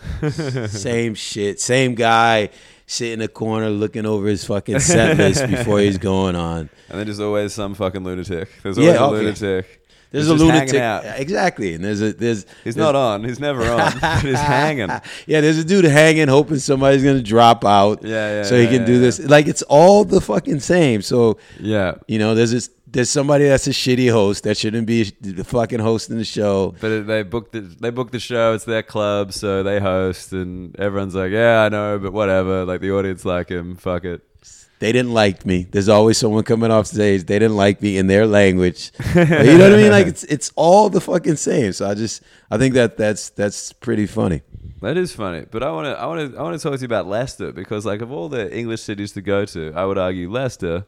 B: same shit. Same guy sitting in the corner looking over his fucking set list before he's going on.
A: And then there's always some fucking lunatic. There's
B: Yeah,
A: always a
B: okay.
A: lunatic.
B: There's
A: who's
B: a
A: just hanging
B: lunatic.
A: Out.
B: Exactly. And there's a there's
A: He's
B: there's-
A: not on. He's never on. but he's hanging.
B: Yeah, there's a dude hanging, hoping somebody's gonna drop out.
A: Yeah, yeah,
B: So he
A: yeah,
B: can
A: yeah,
B: do
A: yeah.
B: this. Like it's all the fucking same. So
A: Yeah.
B: You know, there's this, there's somebody that's a shitty host that shouldn't be the fucking hosting the show.
A: But it- they booked the they booked the show. It's their club, so they host, and everyone's like, "Yeah, I know, but whatever." Like the audience like him. Fuck it.
B: They didn't like me. There's always someone coming off stage. They didn't like me in their language. you know what I mean? Like it's it's all the fucking same. So I just I think that that's that's pretty funny.
A: That is funny. But I want to I want to I want to talk to you about Leicester because like of all the English cities to go to, I would argue Leicester,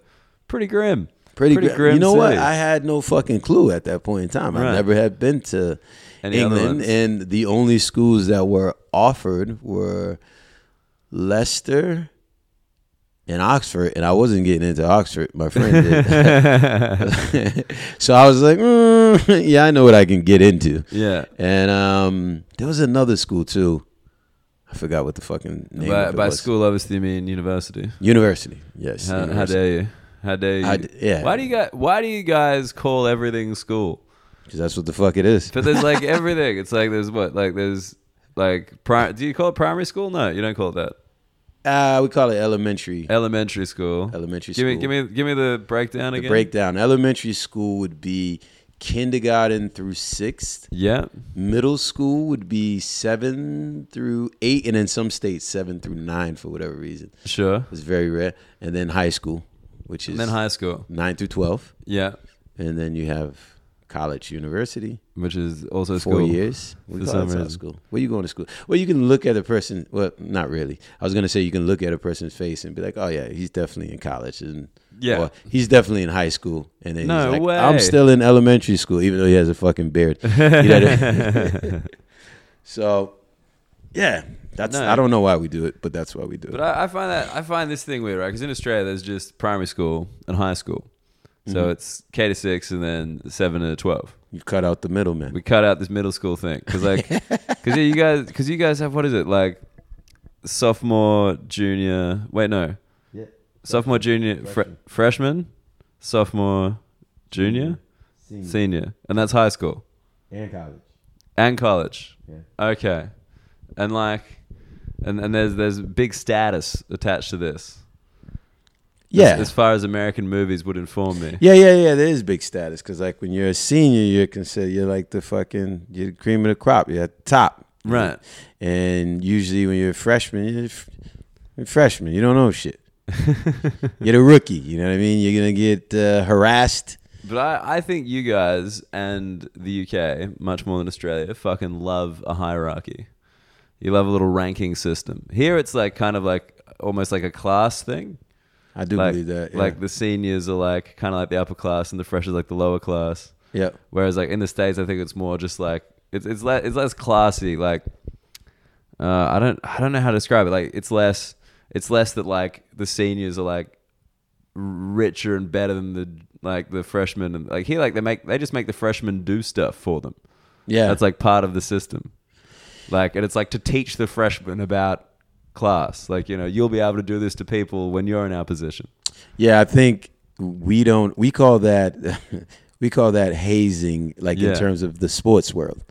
A: pretty grim.
B: Pretty, gr-
A: grim.
B: You know what?
A: city.
B: I had no fucking clue at that point in time.
A: Right.
B: I never had been to
A: Any other
B: England,
A: ones?
B: and the only schools that were offered were Leicester and Oxford, and I wasn't getting into Oxford. My friend did, so I was like, "Mm, "Yeah, I know what I can get into."
A: yeah.
B: And um, there was another school too. I forgot what the fucking name of
A: By,
B: it
A: by
B: was.
A: school, obviously, you mean university.
B: University. Yes.
A: How, how
B: university.
A: dare you? How dare you?
B: I d- yeah.
A: Why do you guys? Why do you guys call everything school?
B: 'Cause that's what the fuck it is.
A: But there's like everything. It's like there's what like there's like pri- do you call it primary school? No, you don't call it that.
B: Uh, we call it elementary.
A: Elementary school.
B: Elementary
A: Uh, Give me
B: school.
A: give me give me the breakdown
B: the
A: again.
B: breakdown. Elementary school would be kindergarten through sixth.
A: Yeah.
B: Middle school would be seven through eight, and in some states seven through nine for whatever reason.
A: Sure.
B: It's very rare. And then high school, which is
A: And then high school.
B: nine through twelve,
A: Yeah.
B: and then you have college, university,
A: Which is also
B: four
A: school.
B: years. We
A: For
B: call
A: some
B: outside
A: reason.
B: school. Where you going to school? Well, you can look at a person. Well, not really. I was gonna say you can look at a person's face and be like, oh yeah, he's definitely in college, and
A: Yeah.
B: or, he's definitely in high school, and then
A: No
B: he's like,
A: way.
B: I'm still in elementary school, even though he has a fucking beard. You know what I mean? so, yeah, that's.
A: No.
B: I don't know why we do it, but that's why we do
A: But
B: it.
A: I, I find that I find this thing weird, right? Because in Australia, there's just primary school and high school,
B: Mm-hmm.
A: so it's K to six and then seven to twelve.
B: You cut out the middleman.
A: We cut out this middle school thing because like, because yeah, you guys, because you guys have what is it like, sophomore, junior? Wait, no,
B: Yeah.
A: sophomore, junior, fre- freshman, sophomore, junior, senior, and that's high school
B: and college.
A: and college.
B: Yeah.
A: Okay, and like, and and there's there's big status attached to this.
B: Yeah.
A: As, as far as American movies would inform me.
B: Yeah, yeah, yeah. There is big status because, like, when you're a senior, you're considered you're like the fucking you're the cream of the crop. You're at the top,
A: Right.
B: And usually, when you're a freshman, you're, a f- you're a freshman. You don't know shit. you're the rookie. You know what I mean? You're gonna get uh, harassed.
A: But I, I think you guys and the UK, much more than Australia, fucking love a hierarchy. You love a little ranking system. Here it's like kind of like almost like a class thing.
B: I do
A: like,
B: believe that. Yeah.
A: like the seniors are like kind of like the upper class and the freshers like the lower class.
B: yeah.
A: Whereas like in the States I think it's more just like it's it's less it's less classy, like uh, I don't I don't know how to describe it. Like it's less it's less that like the seniors are like richer and better than the like the freshmen and like here like they make they just make the freshmen do stuff for them.
B: yeah,
A: That's like part of the system. Like and it's like to teach the freshmen about class. Like, you know, you'll be able to do this to people when you're in our position.
B: yeah. I think we don't. We call that we call that hazing, like
A: Yeah. Mm.
B: in terms of the sports world.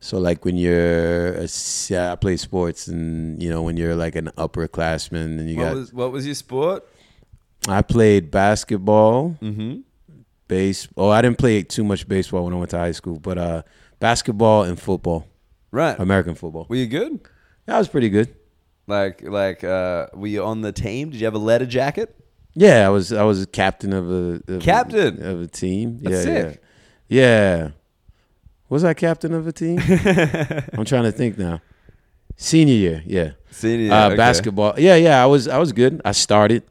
B: So like when you're, a, s- yeah, I play sports, and you know when you're like an upperclassman, and you got
A: What was what was your sport?
B: I played basketball,
A: Mm-hmm.
B: base. Oh, I didn't play too much baseball when I went to high school, but uh, basketball and football,
A: Right.
B: American football.
A: Were you good?
B: That was pretty good.
A: Like, like, uh, were you on the team? Did you have a letter jacket?
B: Yeah, I was. I was a captain of a of
A: Captain?
B: a, of a team.
A: That's
B: yeah,
A: sick.
B: yeah, yeah. Was I captain of a team? I'm trying to think now. Senior year, yeah.
A: Senior
B: uh,
A: okay.
B: Basketball, yeah, yeah. I was. I was good. I started.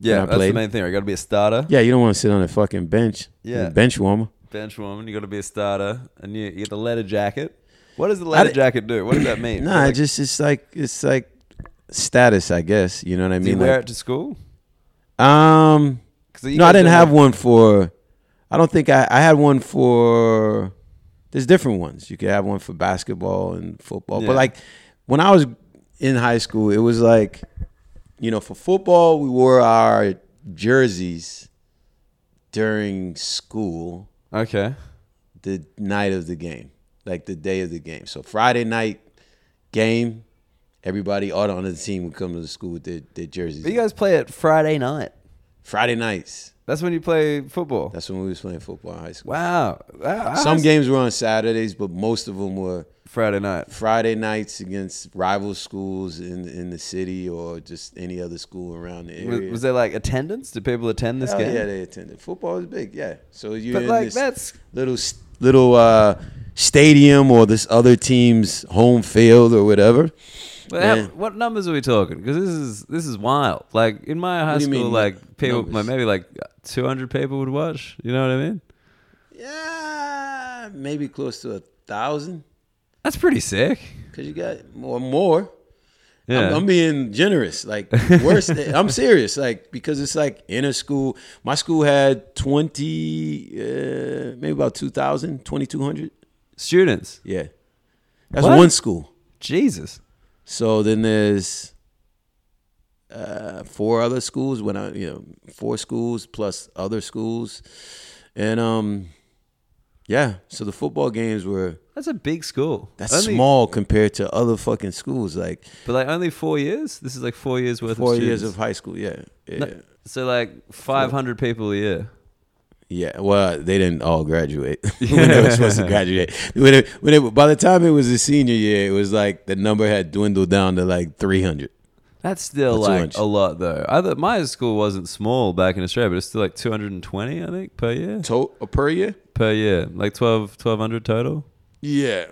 A: Yeah,
B: when I
A: that's the
B: played.
A: main thing. Right? You got to be a starter,
B: Yeah, you don't want to sit on a fucking bench.
A: Yeah.
B: bench warmer.
A: bench woman. You got to be a starter, and you, you get the letter jacket. What does the letter
B: di-
A: jacket do? What does that mean?
B: Nah,
A: Like,
B: just it's like it's like status, I guess. You know what I
A: do you
B: mean?
A: wear
B: Like,
A: it to school?
B: um,
A: 'Cause you
B: no, I
A: guys
B: didn't
A: don't
B: have one for. I don't think I. I had one for. There's different ones. You could have one for basketball and football,
A: Yeah.
B: but like when I was in high school, it was like, you know, for football we wore our jerseys during school
A: Okay,
B: the night of the game, like the day of the game. So Friday night game, everybody all on the team would come to the school with their, their jerseys.
A: but you guys play it Friday night.
B: Friday nights.
A: That's when you play football.
B: That's when we was playing football in high school.
A: wow, Wow.
B: Some games were on Saturdays, but most of them were
A: Friday night.
B: Friday nights against rival schools in in the city or just any other school around the
A: Was,
B: area.
A: was there like attendance? Did people attend this
B: Hell
A: game?
B: Yeah, they attended. Football is big, yeah. So you
A: But
B: in
A: like
B: this
A: that's
B: little s- little uh, stadium or this other team's home field or whatever.
A: But
B: Yeah.
A: how- what numbers are we talking? Because this is this is wild. Like in my high
B: What do you
A: school,
B: mean,
A: like people,
B: numbers?
A: like maybe like two hundred people would watch. You know what I mean?
B: Yeah, maybe close to a thousand,
A: That's pretty sick.
B: cause you got more more.
A: Yeah,
B: I'm, I'm being generous. Like worse, than- I'm serious. Like because it's like inner school. My school had twenty, uh, maybe about 2,000, 2,200.
A: students.
B: Yeah, that's
A: What?
B: one school.
A: Jesus.
B: So then there's uh, four other schools. When I, you know, four schools plus other schools, and um, yeah. So the football games were
A: That's a big school.
B: that's
A: Only-
B: small compared to other fucking schools. Like
A: but like only four years. This is like four years worth.
B: four
A: of
B: years
A: students.
B: of high school. Yeah, yeah,
A: No, so like five hundred people a year.
B: Yeah, well, they didn't all graduate when they were supposed to graduate. When it, when it, by the time it was the senior year, it was like the number had dwindled down to like 300.
A: That's still
B: That's
A: like
B: orange.
A: a lot, though. I th- my school wasn't small back in Australia, but it's still like 220, I think, per year.
B: To- uh, per year?
A: Per year, like 12, 1200 total.
B: Yeah.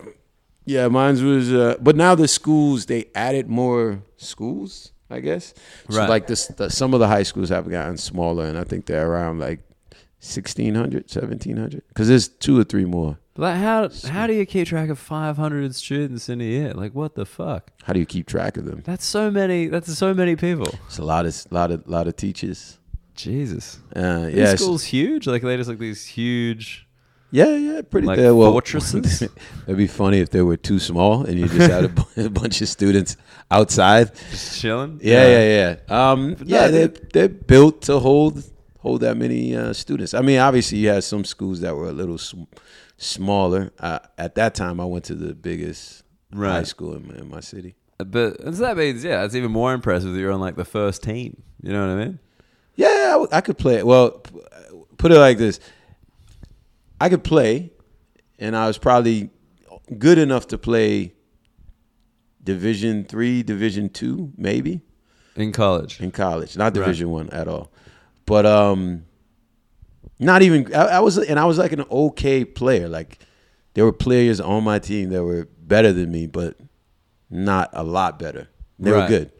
B: Yeah, mine's was uh, but now the schools they added more schools, I guess. So
A: Right.
B: like this the, some of the high schools have gotten smaller and I think they're around like 1600, 1700 cuz there's two or three more.
A: Like how how do you keep track of 500 students in a year? Like what the fuck?
B: How do you keep track of them?
A: That's so many. That's so many people.
B: It's a lot of lot of lot of teachers.
A: Jesus.
B: Uh
A: Are
B: yeah.
A: These schools huge. Like they just like these huge.
B: Yeah, yeah, pretty
A: Like
B: there. Well,
A: fortresses?
B: it'd be funny if they were too small and you just had a, bu- a bunch of students outside.
A: Just chilling.
B: Yeah, yeah, yeah. Um,
A: But
B: yeah,
A: no,
B: they're,
A: they-
B: they're built to hold hold that many uh, students. I mean, obviously, you had some schools that were a little sm- smaller. Uh, at that time, I went to the biggest high
A: Right.
B: school in my, in my city.
A: Uh, But so that means yeah, it's even more impressive that you're on like the first team. You know what I mean?
B: Yeah, I, w- I could play. Well, p- put it like this: I could play, and I was probably good enough to play Division Three, Division Two, maybe.
A: In college.
B: in college, not Division One at all. But um, not even I, I was, and I was like an okay player. Like there were players on my team that were better than me, but not a lot better. They were
A: Right.
B: good,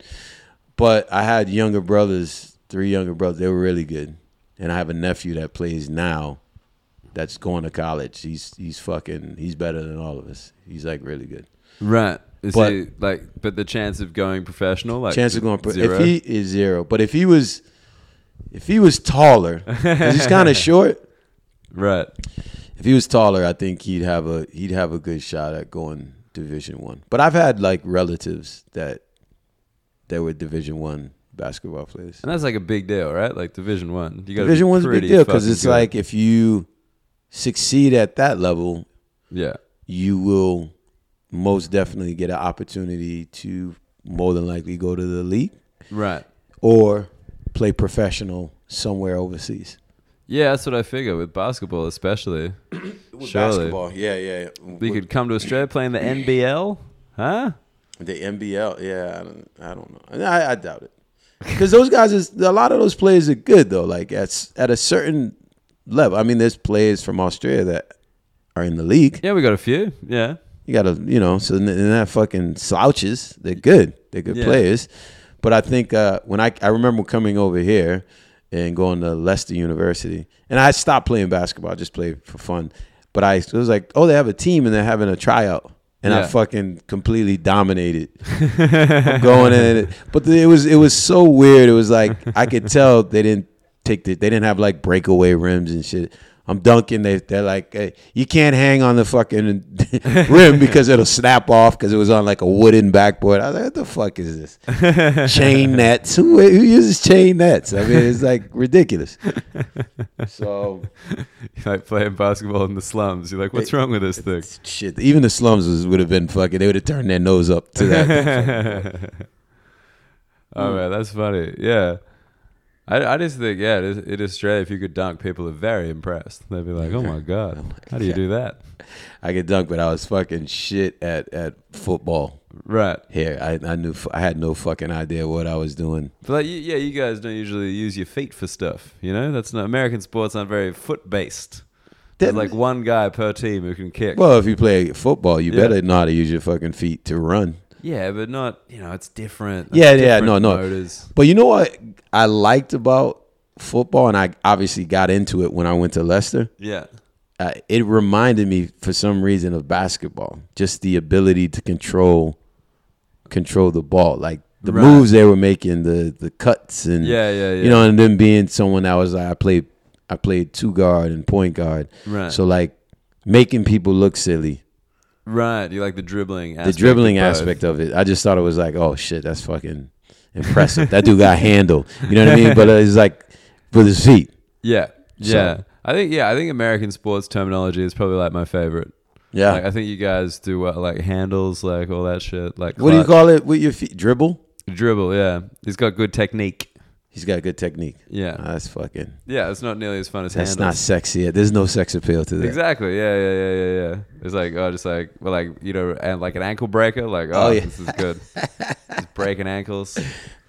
B: but I had younger brothers, three younger brothers. They were really good, and I have a nephew that plays now. That's going to college. He's he's fucking. He's better than all of us. He's like really good.
A: Right. Is
B: But-
A: he, like, but the chance of going professional, like
B: chance of going pro-
A: zero.
B: if he is zero. But if he was, if he was taller, 'cause he's kind of short.
A: right.
B: If he was taller, I think he'd have a he'd have a good shot at going Division One. But I've had like relatives that that were Division One basketball players.
A: And that's like a big deal, right? Like Division One. You got
B: Division One's a big deal because it's like if you succeed at that level,
A: yeah,
B: you will most definitely get an opportunity to more than likely go to the league
A: right.
B: or play professional somewhere overseas.
A: Yeah, that's what I figure with basketball, especially.
B: With
A: Surely.
B: basketball, yeah, yeah. yeah.
A: We
B: With
A: could come to Australia playing the NBL, huh?
B: the NBL, yeah. I don't, I don't know. And I, I doubt it because those guys is a lot of those players are good though. Like at s- at a certain level. I mean, there's players from Australia that are in the league.
A: Yeah, we got a few. Yeah,
B: You gotta, you know, so n- they're not fucking slouches. They're good. They're good
A: Yeah.
B: players. But I think uh, when I I remember coming over here and going to Leicester University, and I stopped playing basketball. I just played for fun. But I it was like, oh, they have a team and they're having a tryout, and I
A: Yeah.
B: fucking completely dominated. I'm going in, but it was it was so weird. It was like I could tell they didn't take the they didn't have like breakaway rims and shit. I'm dunking. They they're like hey, you can't hang on the fucking rim because it'll snap off because it was on like a wooden backboard. I was like, what the fuck is this? chain nets. Who, who uses chain nets? I mean, it's like ridiculous. So
A: You like playing basketball in the slums. You're like, what's wrong with this thing?
B: shit. Even the slums was, would have been fucking. They would have turned their nose up to that.
A: Oh man, that's funny. Yeah, I, I just think yeah, it is, it is Australia. If you could dunk, people are very impressed. They'd be like, oh my god, how do you do that?
B: I could dunk, but I was fucking shit at at football.
A: Right.
B: Here, I I knew f- I had no fucking idea what I was doing.
A: But like, you- yeah, you guys don't usually use your feet for stuff. You know, that's not American sports aren't very foot based. There's
B: That-
A: like one guy per team who can kick.
B: Well, if you play football, you
A: Yeah.
B: better know how to use your fucking feet to run.
A: yeah, but not you know, it's different.
B: Yeah,
A: There's
B: yeah, no,
A: different
B: no.
A: Motors.
B: But you know what I liked about football, and I obviously got into it when I went to Leicester.
A: Yeah,
B: Uh, it reminded me, for some reason, of basketball. Just the ability to control, control the ball, like the
A: Right.
B: moves they were making, the the cuts, and
A: yeah, yeah, yeah.
B: you know, and then being someone that was like, I played, I played two guard and point guard,
A: right,
B: so like making people look silly.
A: right. You like the dribbling, aspect
B: the dribbling
A: of both.
B: aspect of it. I just thought it was like, oh shit, that's fucking impressive. that dude got handle. You know what I mean? But uh, it's like with his feet.
A: Yeah,
B: So-
A: yeah. I think yeah, I think American sports terminology is probably like my favorite.
B: Yeah.
A: Like, I think you guys do well, like handles, like all that shit. Like
B: what do you
A: clutch-
B: call it with your feet? Dribble?
A: dribble? Yeah, he's got good technique.
B: He's got good technique.
A: Yeah.
B: Nah, that's fucking.
A: yeah, it's not nearly as fun as
B: Ah. That's not
A: handles.
B: sexy. There's no sex appeal to that.
A: Exactly. Yeah, yeah, yeah, yeah, yeah. It's like oh, just like well, like you know, and like an ankle breaker. Like oh,
B: Oh, yeah.
A: this is good. just breaking ankles.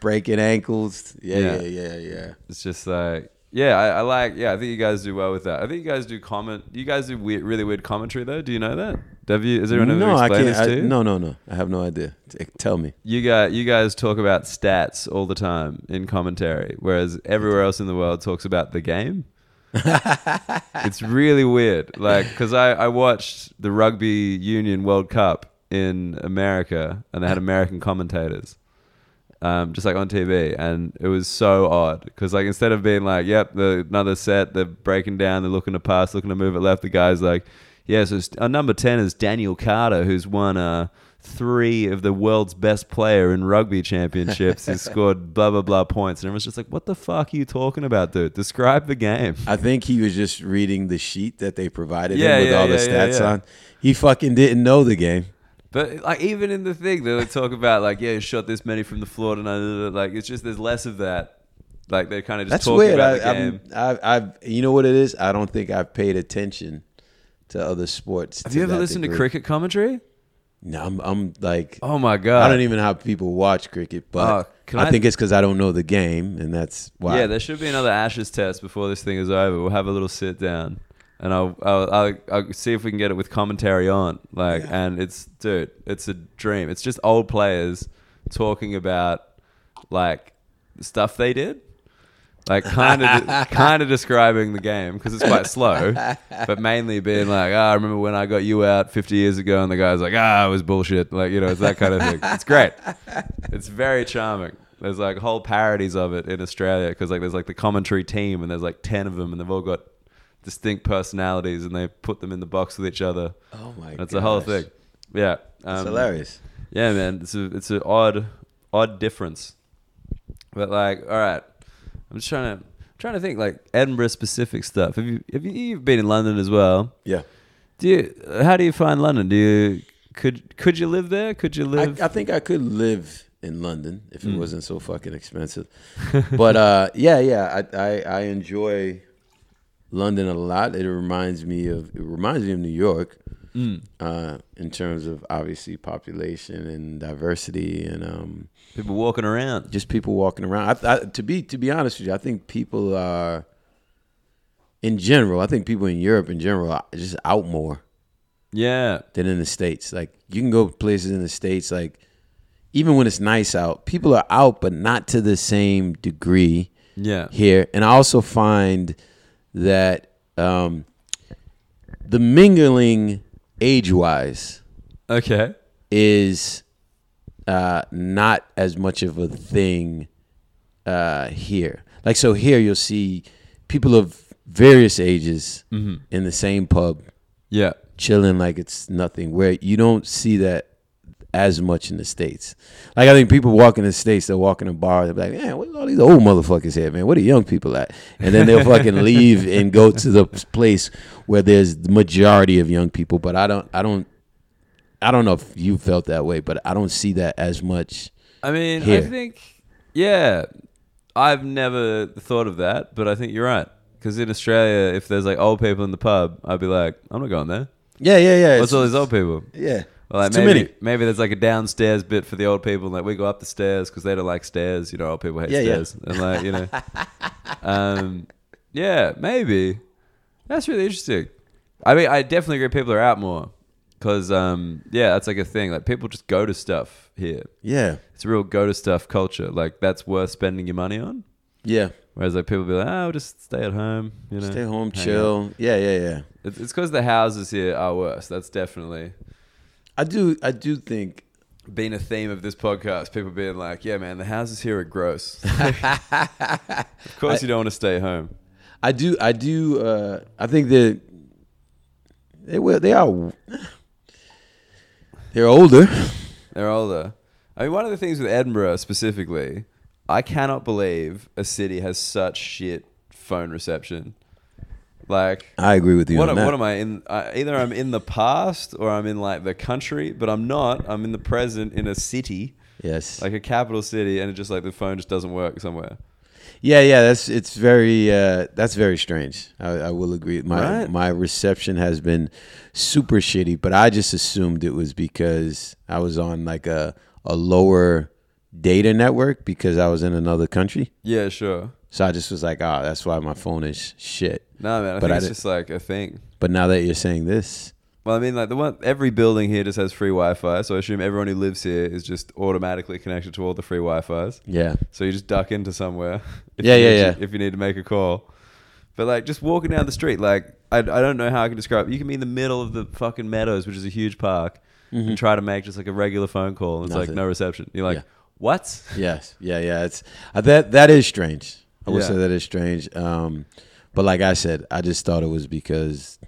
B: Breaking ankles. Yeah,
A: Yeah.
B: yeah, yeah, yeah.
A: It's just like yeah, I, I like yeah. I think you guys do well with that. I think you guys do comment. You guys do weird, really weird commentary though. Do you know that? Have you? Is there anyone
B: No,
A: who
B: I
A: explained this
B: can't. I,
A: to you?
B: no, no, no. I have no idea. T- Tell me.
A: You got you guys talk about stats all the time in commentary, whereas everywhere else in the world talks about the game. it's really weird, like because I, I watched the Rugby Union World Cup in America, and they had American commentators, um, just like on TV, and it was so odd because like instead of being like, "Yep, the, another set, they're breaking down, they're looking to pass, looking to move it left," the guy's like, "Yeah, so it's, uh, number ten is Daniel Carter, who's won uh, three of the world's best player in rugby championships. He's scored blah blah blah points," and everyone's just like, "What the fuck are you talking about, dude? Describe the game."
B: I think he was just reading the sheet that they provided
A: Yeah,
B: him with
A: yeah,
B: all the
A: yeah, yeah,
B: stats
A: yeah.
B: on. He fucking didn't know the game.
A: But like even in the thing they talk about like yeah, you shot this many from the floor tonight. Like it's just there's less of that. Like they kind of just
B: That's
A: talk
B: weird.
A: about
B: I,
A: the game.
B: I've, I've, I've, you know what it is? I don't think I've paid attention to other sports.
A: Have you ever listened to cricket commentary?
B: No, I'm, I'm like,
A: Oh my god!
B: I don't even know how people watch cricket,
A: Oh,
B: but
A: can
B: I,
A: I-
B: think it's because I don't know the game, and that's why.
A: Yeah, there should be another Ashes test before this thing is over. We'll have a little sit down, and I'll I'll, I'll, I'll see if we can get it with commentary on. Like, and it's dude, it's a dream. It's just old players talking about like stuff they did. Like kind of, kind of describing the game because it's quite slow, but mainly being like, "Ah, I remember when I got you out 50 years ago," and the guy's like, "Ah, it was bullshit." Like you know, it's that kind of thing. It's great. It's very charming. There's like whole parodies of it in Australia because like there's like the commentary team and there's like ten of them and they've all got distinct personalities and they put them in the box with each other.
B: Oh my god,
A: That's the whole thing. Yeah, um,
B: It's hilarious.
A: Yeah, man, it's a it's an odd odd difference, but like, all right, I'm just trying to trying to think like Edinburgh specific stuff. Have you have you you've been in London as well?
B: Yeah,
A: Do you how do you find London? Do you could could you live there? Could you
B: I,
A: live?
B: I think I could live in London if it wasn't so fucking expensive. but uh, yeah, yeah, I, I I enjoy London a lot. It reminds me of it reminds me of New York uh, in terms of obviously population and diversity and um,
A: people walking around.
B: just people walking around. I, I, to be to be honest with you, I think people are in general. I think people in Europe in general are just out more
A: Yeah.
B: than in the states. Like you can go places in the states, like even when it's nice out, people are out, but not to the same degree
A: Yeah.
B: here. And I also find that um, the mingling age wise
A: Okay.
B: is uh, not as much of a thing uh, here. Like so, here you'll see people of various ages
A: Mm-hmm.
B: in the same pub
A: Yeah.
B: chilling like it's nothing. Where you don't see that as much in the states. Like I think people walk in the states, they'll walk in a bar, they'll be like, "Man, where's all these old motherfuckers here, man? Where the young people at?" And then they'll fucking leave and go to the place where there's the majority of young people. But I don't, I don't, I don't know if you felt that way, but I don't see that as much.
A: I mean, I
B: Here.
A: think, yeah, I've never thought of that, but I think you're right. Because in Australia, if there's like old people in the pub, I'd be like, I'm not going there.
B: Yeah, yeah, yeah.
A: What's all these old people?
B: yeah.
A: Well, like
B: It's too
A: maybe,
B: many.
A: maybe there's like a downstairs bit for the old people. And like we go up the stairs because they don't like stairs. You know, old people hate
B: Yeah, yeah.
A: stairs. And like, you know, um, yeah, maybe. That's really interesting. I mean, I definitely agree people are out more because, um, yeah, that's like a thing. Like people just go to stuff here.
B: Yeah,
A: it's a real go to stuff culture. Like that's worth spending your money on.
B: yeah.
A: Whereas like people be like, oh, just stay at home, you know,
B: Stay home,
A: hang out."
B: chill. Yeah, yeah, yeah.
A: It's It's because the houses here are worse. That's definitely
B: I do, I do think
A: been a theme of this podcast. People being like, yeah, man, the houses here are gross. of course, you don't want to stay home.
B: I do. I do. Uh, I think that they will. They are. They're older.
A: They're older. I mean, one of the things with Edinburgh specifically, I cannot believe a city has such shit phone reception. Like,
B: I agree with you
A: what,
B: on
A: am,
B: that.
A: what am I in? I either I'm in the past or I'm in like the country, but I'm not. I'm in the present in a city,
B: yes.
A: like a capital city, and it just like the phone just doesn't work somewhere.
B: Yeah, yeah, that's it's very uh, that's very strange. I, I will agree. My
A: Right.
B: my reception has been super shitty, but I just assumed it was because I was on like a a lower data network because I was in another country.
A: Yeah, sure.
B: So I just was like, oh, that's why my phone is shit.
A: No, man, I
B: But
A: think
B: I
A: it's
B: did-
A: just like a thing.
B: But now that you're saying this,
A: Well, I mean, like the one every building here just has free Wi-Fi, so I assume everyone who lives here is just automatically connected to all the free Wi-Fi's.
B: yeah,
A: So you just duck into somewhere. if
B: Yeah,
A: you
B: yeah,
A: need
B: yeah.
A: to- If you need to make a call, but like just walking down the street, like I, I don't know how I can describe. it. You can be in the middle of the fucking meadows, which is a huge park, and try to make just like a regular phone call, and it's like
B: Mm-hmm. Nothing.
A: no reception. You're like,
B: Yeah.
A: what?
B: yes, yeah, yeah. It's uh, that that is strange. I would
A: Yeah.
B: say that is strange. Um, but like I said, I just thought it was because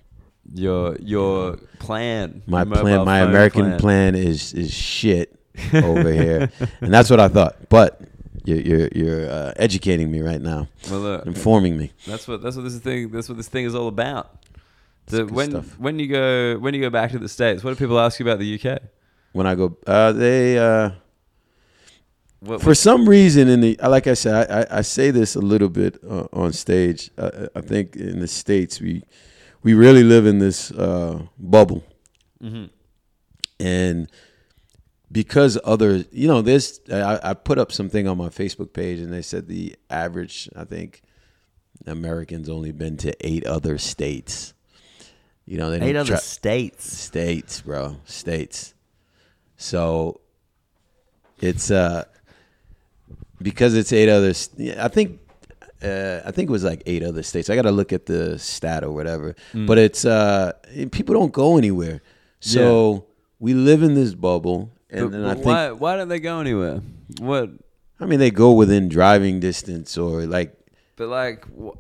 A: Your your plan.
B: my
A: your mobile
B: plan, my
A: phone
B: American plan. is is shit over here, and that's what I thought. But you're you're, you're uh, educating me right now,
A: Well, look,
B: informing me.
A: That's what that's what this thing that's what this thing is all about. The,
B: good
A: when
B: stuff.
A: when you go when you go back to the states, what do people ask you about the UK?
B: When I go, uh, they uh,
A: What,
B: for some reason in the like I said, I, I, I say this a little bit uh, on stage. Uh, I, I think in the states we we really live in this uh, bubble.
A: Mhm.
B: and because other you know this I, I put up something on my facebook page and they said the average i think americans only been to eight other states you know they don't tra-
A: states.
B: states bro states so it's uh because it's eight other s- yeah, i think uh, i think it was like eight other states i gotta look at the stat or whatever
A: Mm.
B: but it's uh people don't go anywhere so we live in this bubble and
A: But,
B: then
A: but
B: i think
A: why why don't they go anywhere? What?
B: i mean they go within driving distance or like
A: But like, wh-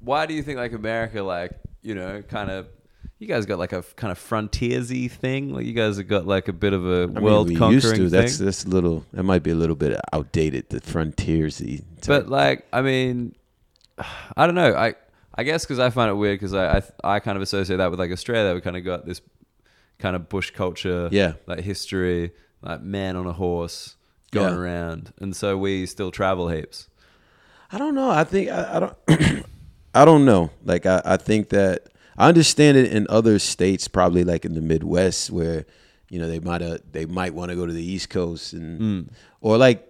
A: why do you think like America like you know kind of you guys got like a kind of frontiersy thing? Like you guys have got like a bit of a
B: I mean,
A: world
B: we
A: conquering
B: used to
A: thing.
B: that's that's a little that might be a little bit outdated the frontiersy type.
A: But like, I mean, I don't know. I I guess because I find it weird because I, I I kind of associate that with like Australia. We kind of got this kind of bush culture,
B: Yeah.
A: like history, like man on a horse going
B: Yeah.
A: around, and so we still travel heaps.
B: I don't know. I think I, I don't. I don't know. Like I, I think that I understand it in other states, probably like in the Midwest, where you know they might uh, they might want to go to the East Coast and or like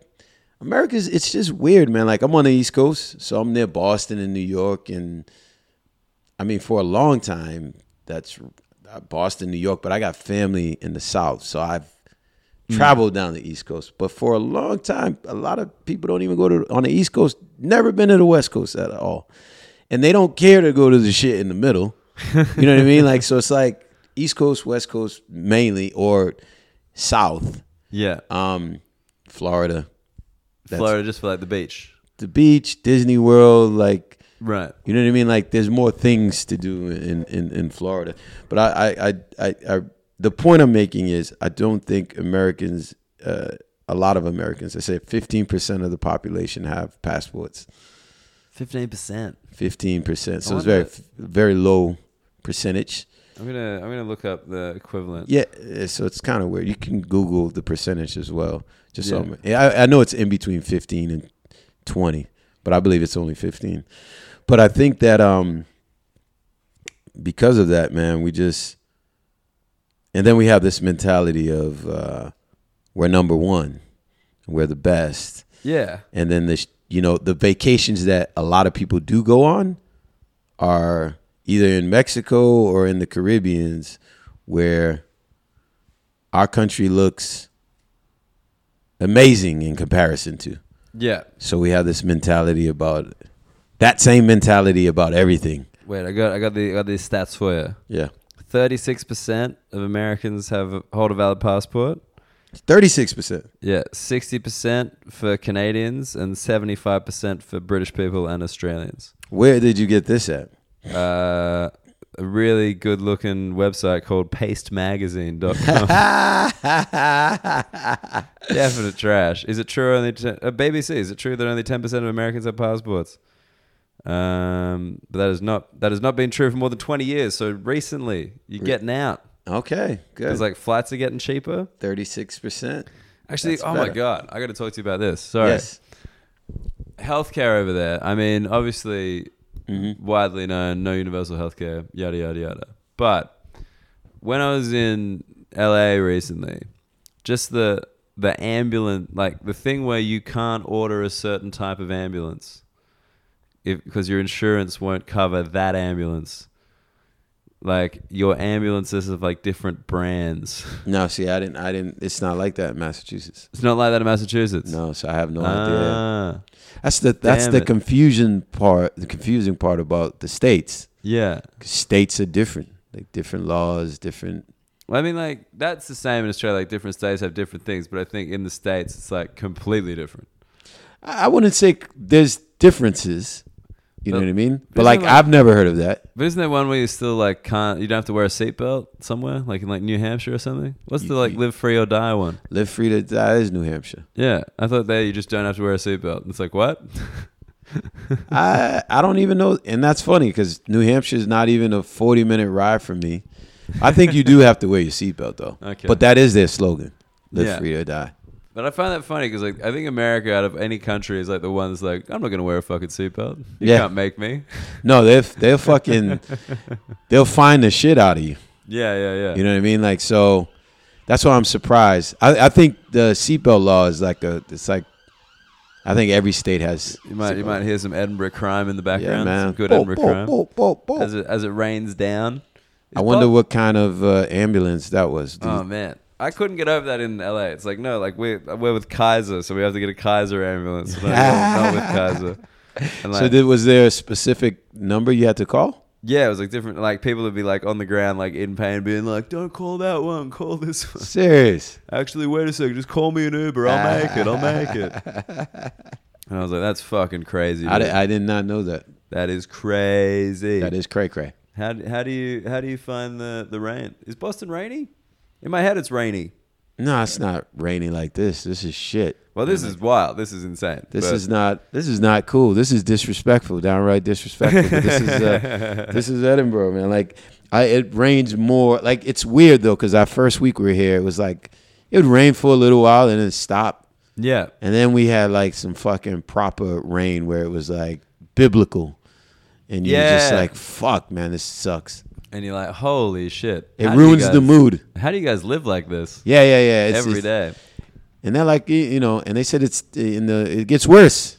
B: America's. It's just weird, man. Like I'm on the East Coast, so I'm near Boston and New York, and I mean for a long time that's uh, Boston, New York. But I got family in the South, so I've traveled down the East Coast. But for a long time, a lot of people don't even go to on the East Coast. Never been to the West Coast at all, and they don't care to go to the shit in the middle. You know what I mean? Like so, it's like East Coast, West Coast mainly, or South,
A: Yeah,
B: um, Florida, that's-
A: Florida just for like the beach,
B: the beach, Disney World, like.
A: right?
B: You know what I mean? Like there's more things to do in in, in Florida. But I, I, I, I, I the point I'm making is I don't think Americans, uh, a lot of Americans, I say 15% of the population have passports.
A: Fifteen percent.
B: 15%. So
A: I
B: it's very
A: wonder-
B: very low percentage.
A: I'm gonna I'm gonna look up the equivalent.
B: Yeah, uh, so it's kind of weird. You can Google the percentage as well. Just so
A: Yeah.
B: I'm- yeah. I, I know it's in between 15 and 20, but I believe it's only 15. But I think that um, because of that, man, we just and then we have this mentality of uh, we're number one, we're the best,
A: Yeah,
B: and then this you know the vacations that a lot of people do go on are either in Mexico or in the Caribbeans where our country looks amazing in comparison to
A: yeah.
B: so we have this mentality about that same mentality about everything
A: Wait, I got I got the I got these stats for you.
B: yeah
A: Thirty-six percent of Americans have hold a valid passport.
B: 36%
A: Yeah, sixty percent for Canadians and seventy-five percent for British people and Australians.
B: where did you get this at
A: Uh, a really good-looking website called PasteMagazine.com. Definite trash. Is it true? Only ten, uh, BBC. Is it true that only ten percent of Americans have passports? Um, but that is not that has not been true for more than twenty years. So recently, you're getting out
B: okay good
A: because like flights are getting cheaper.
B: 36%
A: Actually,
B: That's
A: oh my
B: better.
A: god, I got to talk to you about this. Sorry.
B: yes
A: healthcare over there. I mean, obviously,
B: Mm-hmm.
A: widely known, no universal healthcare, yada yada yada. But when I was in LA recently, just the the ambulance, like the thing where you can't order a certain type of ambulance, because your insurance won't cover that ambulance. Like your ambulances of like different brands.
B: No, see, I didn't. I didn't. It's not like that in Massachusetts.
A: It's not like that in Massachusetts.
B: No, so I have no idea.
A: Ah,
B: That's the that's
A: damn
B: the
A: it.
B: confusion part. The confusing part about the states.
A: yeah.
B: 'Cause States are different. Like different laws, different.
A: Well, I mean, like that's the same in Australia. Like different states have different things, but I think in the states it's like completely different.
B: I, I wouldn't say c- there's differences. You know
A: But-
B: what I mean?
A: isn't
B: But like,
A: like-
B: I've never heard of that.
A: But isn't there one where you still like can't? You don't have to wear a seatbelt somewhere, like in like New Hampshire or something. What's the like live free or die one?
B: Live free to die is New Hampshire.
A: Yeah, I thought there you just don't have to wear a seatbelt. It's like what?
B: I I don't even know, and that's funny because New Hampshire is not even a forty minute ride from me. I think you do have to wear your seatbelt though.
A: Okay.
B: But that is their slogan: "Live
A: Yeah.
B: free or die."
A: But I find that funny because like I think America out of any country is like the one that's like I'm not gonna wear a fucking seatbelt. You
B: Yeah.
A: can't make me.
B: No, they they'll fucking they'll find the shit out of you.
A: Yeah, yeah, yeah.
B: You know what I mean? Like so, that's why I'm surprised. I, I think the seatbelt law is like a it's like I think every state has.
A: you might you
B: seatbelt.
A: might hear some Edinburgh crime in the
B: yeah,
A: background.
B: man.
A: Some good
B: Boop,
A: Edinburgh
B: boop,
A: crime
B: boop, boop, boop.
A: as it as it rains down.
B: I wonder
A: Is Bob-
B: what kind of uh, ambulance that was. Do you-
A: Oh man, I couldn't get over that in LA. It's like no, like we we're with Kaiser, so we have to get a Kaiser ambulance. No, not with Kaiser. And like,
B: so did, was there a specific number you had to call?
A: yeah, it was like different. Like people would be like on the ground, like in pain, being like, "Don't call that one, call this one."
B: Serious.
A: Actually, wait a second, just call me an Uber. I'll make it. I'll make it. And I was like, "That's fucking crazy.
B: I,
A: dude.
B: di- I did not know that.
A: that is crazy.
B: That is cray cray.
A: How d- how do you how do you find the the rain? Is Boston rainy? In my head, it's rainy.
B: No, it's not rainy like this. This is shit.
A: Well, this is wild. This is insane.
B: This
A: But-
B: is not. This is not cool. This is disrespectful. Downright disrespectful. But this is. Uh, this is Edinburgh, man. Like, I it rains more. Like it's weird though, because our first week we were here, it was like it would rain for a little while and then stop.
A: yeah.
B: And then we had like some fucking proper rain where it was like biblical, and you're just
A: Yeah.
B: like, "Fuck, man, this sucks."
A: and you're like, holy shit!
B: It
A: How do you
B: ruins the
A: guys-
B: mood.
A: How do you guys live like this
B: Yeah, yeah, yeah. It's,
A: every
B: it's-
A: day?
B: And they're like, y- you know, and they said it's in the it gets worse.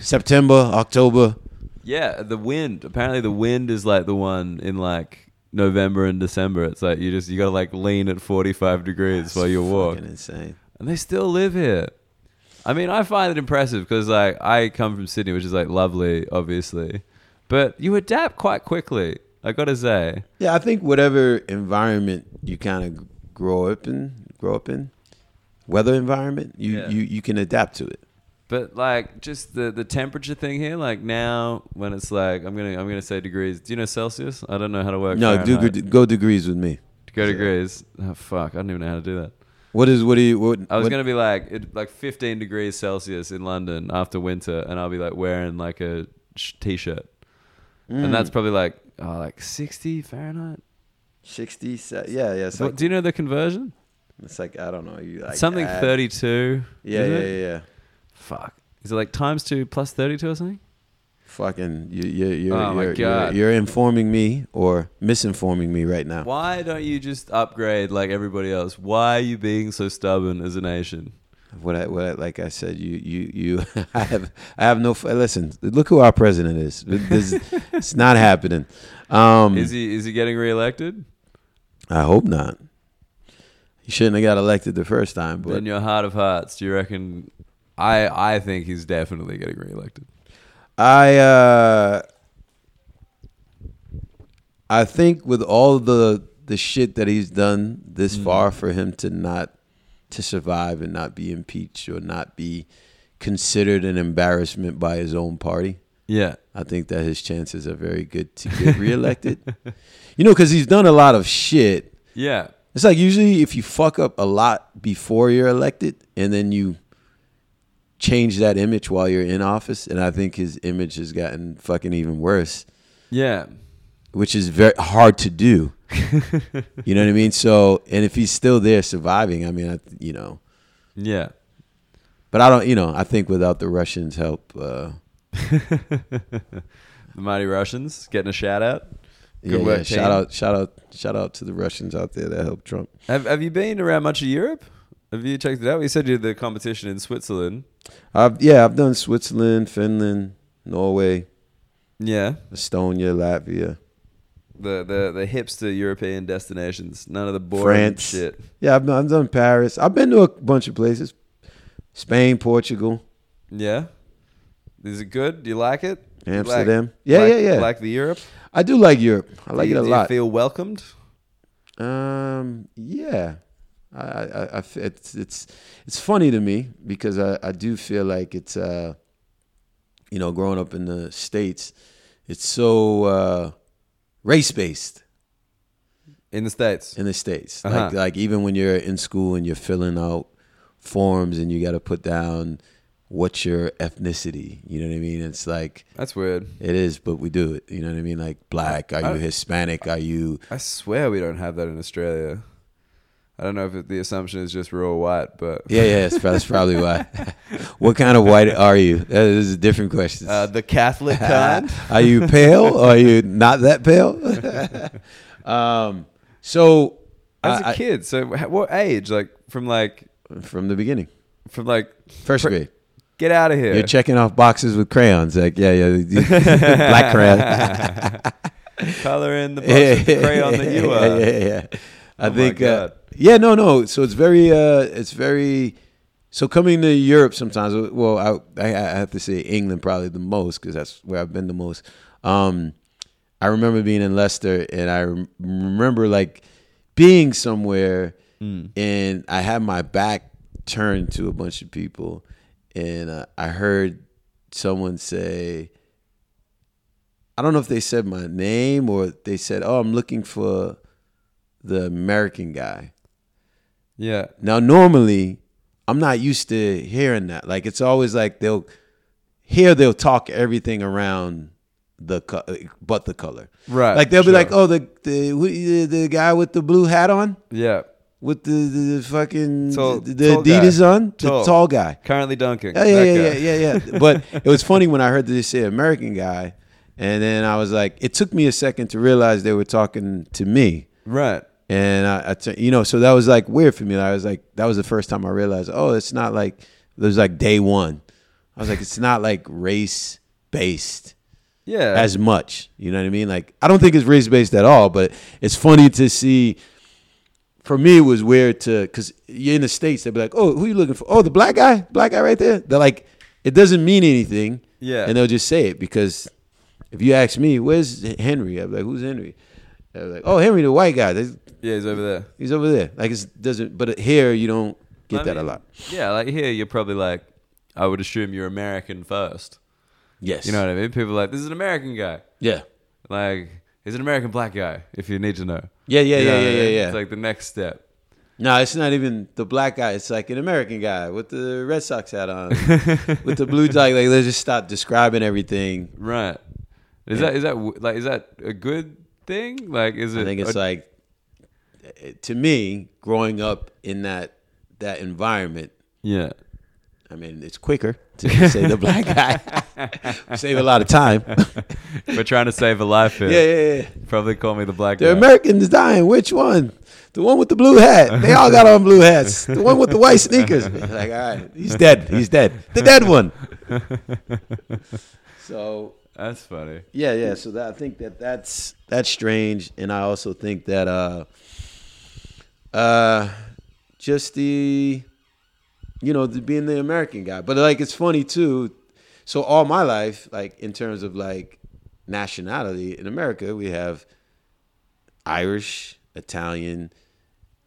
B: September, October.
A: Yeah, the wind. Apparently, the wind is like the one in like November and December. It's like you just you gotta like lean at 45 degrees while you walk,
B: Fucking insane.
A: and they still live here. I mean, I find it impressive because like I come from Sydney, which is like lovely, obviously, but you adapt quite quickly. I gotta say,
B: Yeah, I think whatever environment you kind of grow up in, grow up in, weather environment, you
A: Yeah.
B: you you can adapt to it.
A: But like just the the temperature thing here, like now when it's like I'm gonna I'm gonna say degrees. Do you know Celsius? I don't know how to work.
B: No, do,
A: Fahrenheit.
B: go- go degrees with me.
A: go degrees. Oh, fuck, I don't even know how to do that.
B: What is what do you what?
A: I was
B: what-
A: gonna be like it, like 15 degrees Celsius in London after winter, and I'll be like wearing like a sh- t-shirt,
B: Mm.
A: and that's probably like oh, like 60 Fahrenheit.
B: 60 se- yeah yeah it's
A: What-
B: like,
A: do you know the conversion?
B: it's like i don't know you like
A: Something
B: add-
A: 32.
B: yeah
A: is
B: yeah,
A: it?
B: yeah yeah
A: Fuck. Is it like times two plus 32 or something?
B: fucking you you you're,
A: Oh my
B: you're, you're
A: God.
B: you're informing me or misinforming me right now
A: Why don't you just upgrade like everybody else? Why are you being so stubborn as a nation?
B: what i what I, like i said you you you i have i have no f- listen look who our president is this, it's not happening um
A: Is he is he getting reelected?
B: i hope not he shouldn't have got elected the first time but
A: In your heart of hearts, do you reckon? I I think he's definitely getting reelected.
B: I uh I think with all the the shit that he's done this
A: Mm-hmm.
B: far for him to not to survive and not be impeached or not be considered an embarrassment by his own party,
A: Yeah,
B: I think that his chances are very good to get reelected. you know, cuz he's done a lot of shit.
A: yeah,
B: It's like usually if you fuck up a lot before you're elected and then you change that image while you're in office, and I think his image has gotten fucking even worse,
A: yeah.
B: which is very hard to do. you know what I mean? So, and if he's still there surviving, I mean, I, you know,
A: Yeah.
B: But I don't, you know, I think without the Russians' help, uh,
A: The Mighty Russians getting a shout out.
B: yeah,
A: Good
B: yeah,
A: work, team.
B: shout out, shout out, shout out to the Russians out there that helped Trump.
A: Have Have you been around much of Europe? Have you checked it out? You said you did the competition in Switzerland.
B: I've yeah, I've done Switzerland, Finland, Norway,
A: Yeah,
B: Estonia, Latvia.
A: the the the hipster European destinations. None of the boring
B: France.
A: shit.
B: Yeah, I've, I've done Paris. I've been to a bunch of places, Spain, Portugal,
A: Yeah, is it good? Do you like it? You like-
B: Amsterdam. yeah,
A: like-
B: yeah, yeah.
A: Like the Europe.
B: I do like Europe. I like
A: do,
B: it a
A: do
B: lot.
A: You feel welcomed.
B: Um, yeah, I, I, I- I f- it's, it's, it's funny to me because I, I do feel like it's, uh, you know, growing up in the states, it's so uh, race based
A: in the states.
B: in the states.
A: Uh-huh.
B: Like, like even when you're in school and you're filling out forms and you got to put down what's your ethnicity. You know what I mean? It's like
A: That's weird.
B: it is, but we do it. You know what I mean? Like black. Are you
A: I-
B: Hispanic? Are you?
A: I swear we don't have that in Australia. I don't know if it, the assumption is just we're all white, but
B: Yeah, yeah, that's, prob- that's probably why. what kind of white are you? That is a different question.
A: uh, the Catholic kind.
B: are you pale? Are you not that pale? um, so,
A: As a
B: I- I-
A: kid, so h- what age? Like from like
B: from the beginning,
A: from like
B: first grade,
A: get out of here.
B: you're checking off boxes with crayons. Like, yeah, yeah, black crayon.
A: Color in the box of crayon that you uh,
B: yeah,
A: are.
B: Yeah, yeah, yeah. I
A: Oh my
B: think. Uh,
A: God.
B: yeah, no, no. So it's very, uh, it's very. So coming to Europe sometimes. Well, I I, I have to say England probably the most because that's where I've been the most. Um, I remember being in Leicester, and I rem- remember like being somewhere,
A: Mm.
B: and I had my back turned to a bunch of people, and uh, I heard someone say. I don't know if they said my name or they said, "Oh, I'm looking for the American guy."
A: Yeah.
B: Now, normally, I'm not used to hearing that. Like it's always like they'll here they'll talk everything around the co- but the color.
A: Right,
B: Like they'll
A: sure.
B: be like, "Oh, the the, who- the the guy with the blue hat on."
A: Yeah.
B: With the, the, the fucking
A: Tall-
B: the, the
A: tall guy.
B: Adidas on, the
A: Tall.
B: tall guy.
A: Currently dunking.
B: Yeah, yeah,
A: That
B: yeah,
A: guy.
B: yeah, yeah, yeah. But it was funny when I heard this say American guy, and then I was like, it took me a second to realize they were talking to me,
A: Right.
B: and I, I tur- you know, so that was like weird for me. I was like, that was the first time I realized, oh, it's not like it was like day one. I was like, it's not like race based
A: Yeah.
B: as much. You know what I mean? Like, I don't think it's race based at all, but it's funny to see. For me, it was weird to because you're in the states. They'd be like, "Oh, who you looking for? Oh, the black guy, black guy right there." They're like, it doesn't mean anything.
A: Yeah.
B: and they'll just say it because if you ask me, "Where's Henry?" I'm like, "Who's Henry?" They're like, "Oh, Henry, the white guy. That's-
A: yeah, he's over there.
B: He's over there." Like, it doesn't. But here, you don't get
A: I
B: that a
A: mean,
B: lot.
A: Yeah, like here you're probably like I would assume you're American first.
B: Yes,
A: You know what I mean? People are like, This is an American guy.
B: Yeah,
A: Like, he's an American black guy, if you need to know.
B: yeah, yeah,
A: You know
B: yeah,
A: what I
B: yeah, yeah,
A: mean?
B: yeah.
A: It's like the next step.
B: No, it's not even the black guy. It's like an American guy with the Red Sox hat on, with the blue tie. Like they just stop describing everything.
A: Right. Is that is that w- like is that a good thing? Like is it
B: I think it's uh,
A: a-
B: like, to me, growing up in that that environment.
A: Yeah.
B: I mean, it's quicker to just say the black guy. We Save a lot of time.
A: We're trying to save a life here.
B: yeah, yeah, yeah.
A: Probably call me the black
B: The
A: guy.
B: American's dying. Which one? The one with the blue hat. They all got on blue hats. The one with the white sneakers. Like, all right, he's dead. He's dead. The dead one. So
A: That's funny.
B: yeah, yeah. So that, I think that that's that's strange, and I also think that uh, uh, just the, you know, the, being the American guy. But like, it's funny too. So all my life, like in terms of like nationality in America, we have Irish, Italian,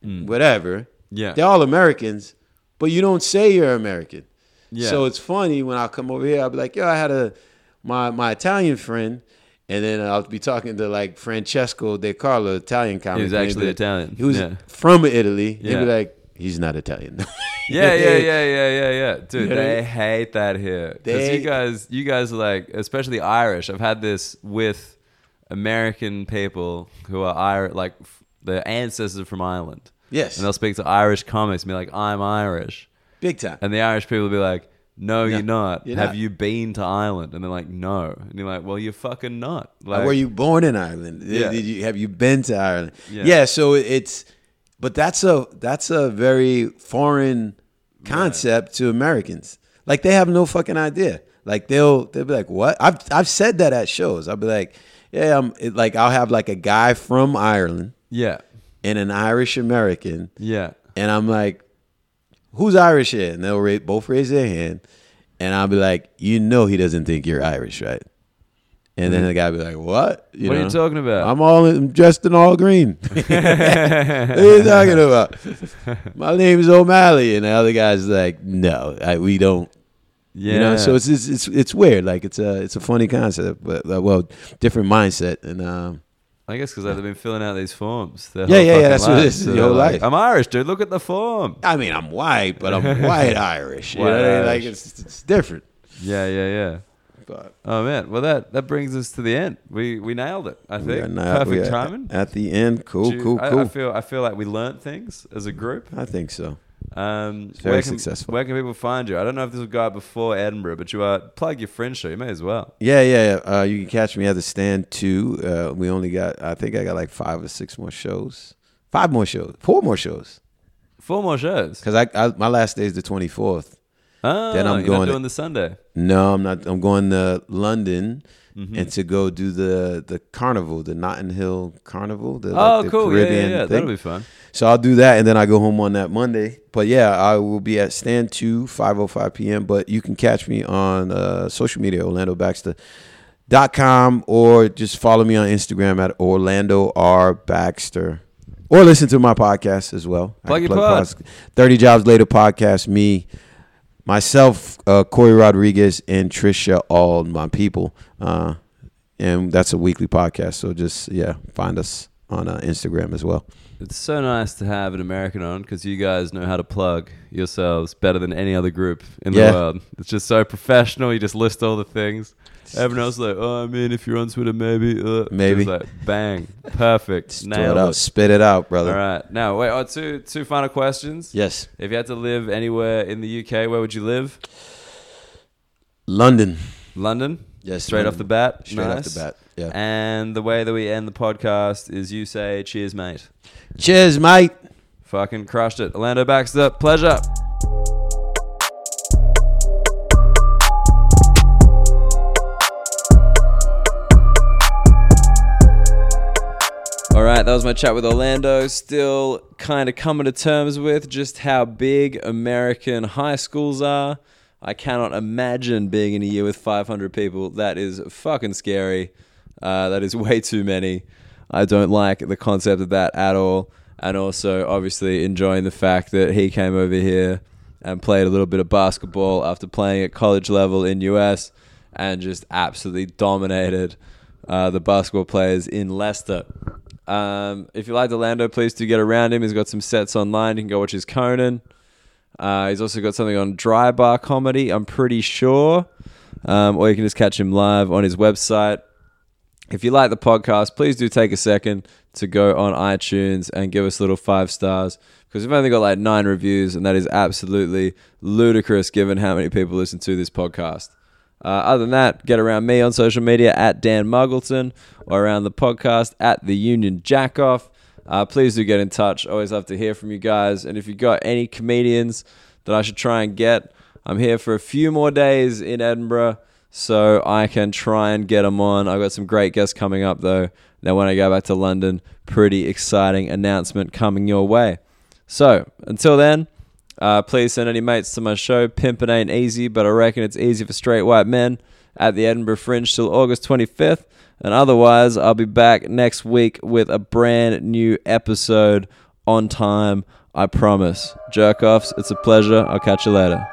B: whatever.
A: Yeah.
B: They're all Americans, but you don't say you're American.
A: Yeah.
B: So it's funny when I come over here, I'll be like, yo, I had a my my Italian friend, and then I'll be talking to like Francesco De Carlo, Italian comic.
A: was
B: and
A: actually
B: he'd be
A: Italian.
B: He was
A: Yeah.
B: from Italy. He'd
A: Yeah.
B: be like, he's not Italian.
A: Yeah, yeah, yeah, yeah, yeah, yeah. Dude,
B: You know what I
A: they
B: mean?
A: hate that here. 'Cause
B: They-
A: you guys, you guys are like, especially Irish. I've had this with American people who are Irish, like f- their ancestors are from Ireland.
B: Yes.
A: And they'll speak to Irish comics and be like, I'm Irish.
B: Big time.
C: And the Irish people will be like, no, you're not.
B: you're
C: Have
B: not."
C: you been to Ireland? And they're like, no. And you're like, well, you're fucking not. Like,
B: Were you born in Ireland? Did-
C: Yeah.
B: Did you, have you been to Ireland?
C: Yeah.
B: Yeah. So it's, but that's a that's a very foreign concept to Americans. Like they have no fucking idea. Like they'll they'll be like, what? I've I've said that at shows. I'll be like, yeah, I'm it, like I'll have like a guy from Ireland
C: Yeah.
B: and an Irish American,
C: Yeah.
B: and I'm like, who's Irish here? And they'll ra- both raise their hand, and I'll be like, you know, he doesn't think you're Irish, right? And then the guy be like, what?
C: Mm-hmm. What are you talking about?
B: I'm all I'm dressed in all green. what are you talking about? My name is O'Malley, and the other guy's like, no, I, we don't.
C: yeah.
B: You know, so it's, it's it's it's weird. Like it's a it's a funny concept, but uh, well, different mindset. And um,
C: I guess because they've been filling out these forms. their
B: Yeah,
C: whole
B: yeah, yeah,
C: fucking
B: that's what it
C: lives.
B: is,
C: So
B: your
C: they're
B: whole
C: like,
B: life.
C: I'm Irish, dude. Look at the form.
B: I mean, I'm white, but I'm white Irish. You
C: White
B: know, what I mean?
C: Irish.
B: like it's it's different.
C: Yeah, yeah, yeah.
B: But
C: Oh man, well that that brings us to the end. We we nailed it. I
B: we
C: think
B: are not, we
C: perfect
B: are
C: timing.
B: at the end. Cool,
C: Do you-
B: cool,
C: I-
B: cool.
C: I,
B: I,
C: feel I feel like we learned things as a group.
B: think so.
C: Um,
B: very
C: where can,
B: successful.
C: Where can people find you? I don't know if this will go out before Edinburgh, but you are plug your friend show. You may as well.
B: Yeah, yeah. yeah. Uh, you can catch me at the stand too. Uh, we only got, I think I got like five or six more shows. Five more shows, four more shows.
C: Four more shows.
B: Cause I, I my last day is the twenty fourth.
C: Oh,
B: then I'm
C: you're not
B: going-
C: doing the Sunday.
B: No, I'm not. I'm going to London
C: Mm-hmm.
B: and to go do the the carnival, the Notting Hill Carnival. The,
C: Oh,
B: like, the
C: cool. Yeah, yeah,
B: Caribbean
C: yeah.
B: thing.
C: That'll be fun.
B: So I'll do that and then I go home on that Monday. But yeah, I will be at stand 2, 5.05 p.m. But you can catch me on uh, social media, orlandobaxter.com, or just follow me on Instagram at Orlando R. Baxter. Or listen to my podcast as well. I
C: Plug
B: can
C: your pod.
B: pods- 30 Jobs Later podcast, me, myself, uh, Corey Rodriguez, and Trisha All, my people. Uh, and that's a weekly podcast. So just, yeah, find us on uh, Instagram as well.
C: It's so nice to have an American on because you guys know how to plug yourselves better than any other group in
B: Yeah.
C: the world. It's just so professional. You just list all the things. Everyone else is like, oh, I mean, if you're on Twitter, maybe. Uh.
B: Maybe.
C: Just like, bang. Perfect.
B: Just throw
C: Nailed
B: it out.
C: it.
B: Spit it out,
C: All
B: brother.
C: right. Now, wait, oh, two, two final questions.
B: Yes.
C: If you had to live anywhere in the UK, where would you live?
B: London.
C: London?
B: Yes.
C: Straight off the bat.
B: Straight
C: Nice.
B: off the bat. Yeah.
C: And the way that we end the podcast is you say, cheers, mate.
B: Cheers, mate.
C: Fucking crushed it. Orlando Baxter, pleasure.
A: All right, that was my chat with Orlando. Still kind of coming to terms with just how big American high schools are. I cannot imagine being in a year with 500 people. That is fucking scary. Uh, that is way too many. I don't like the concept of that at all. And also, obviously, enjoying the fact that he came over here and played a little bit of basketball after playing at college level in US and just absolutely dominated uh, the basketball players in Leicester. Um, if you like Delando, please do get around him. He's got some sets online. You can go watch his Conan. Uh, he's also got something on Dry Bar Comedy, I'm pretty sure. Um, or you can just catch him live on his website. If you like the podcast, please do take a second to go on iTunes and give us a little five stars because we've only got like nine reviews, and that is absolutely ludicrous given how many people listen to this podcast. Uh, other than that, get around me on social media at Dan Muggleton or around the podcast at The Union Jackoff. Uh, please do get in touch. Always love to hear from you guys. And if you've got any comedians that I should try and get, I'm here for a few more days in Edinburgh so I can try and get them on. I've got some great guests coming up though. Now, when I go back to London, pretty exciting announcement coming your way. So, until then, uh, please send any mates to my show. Pimpin' ain't easy, but I reckon it's easy for straight white men at the Edinburgh Fringe till August 25th. And otherwise, I'll be back next week with a brand new episode on time. I promise. Jerk offs, it's a pleasure. I'll catch you later.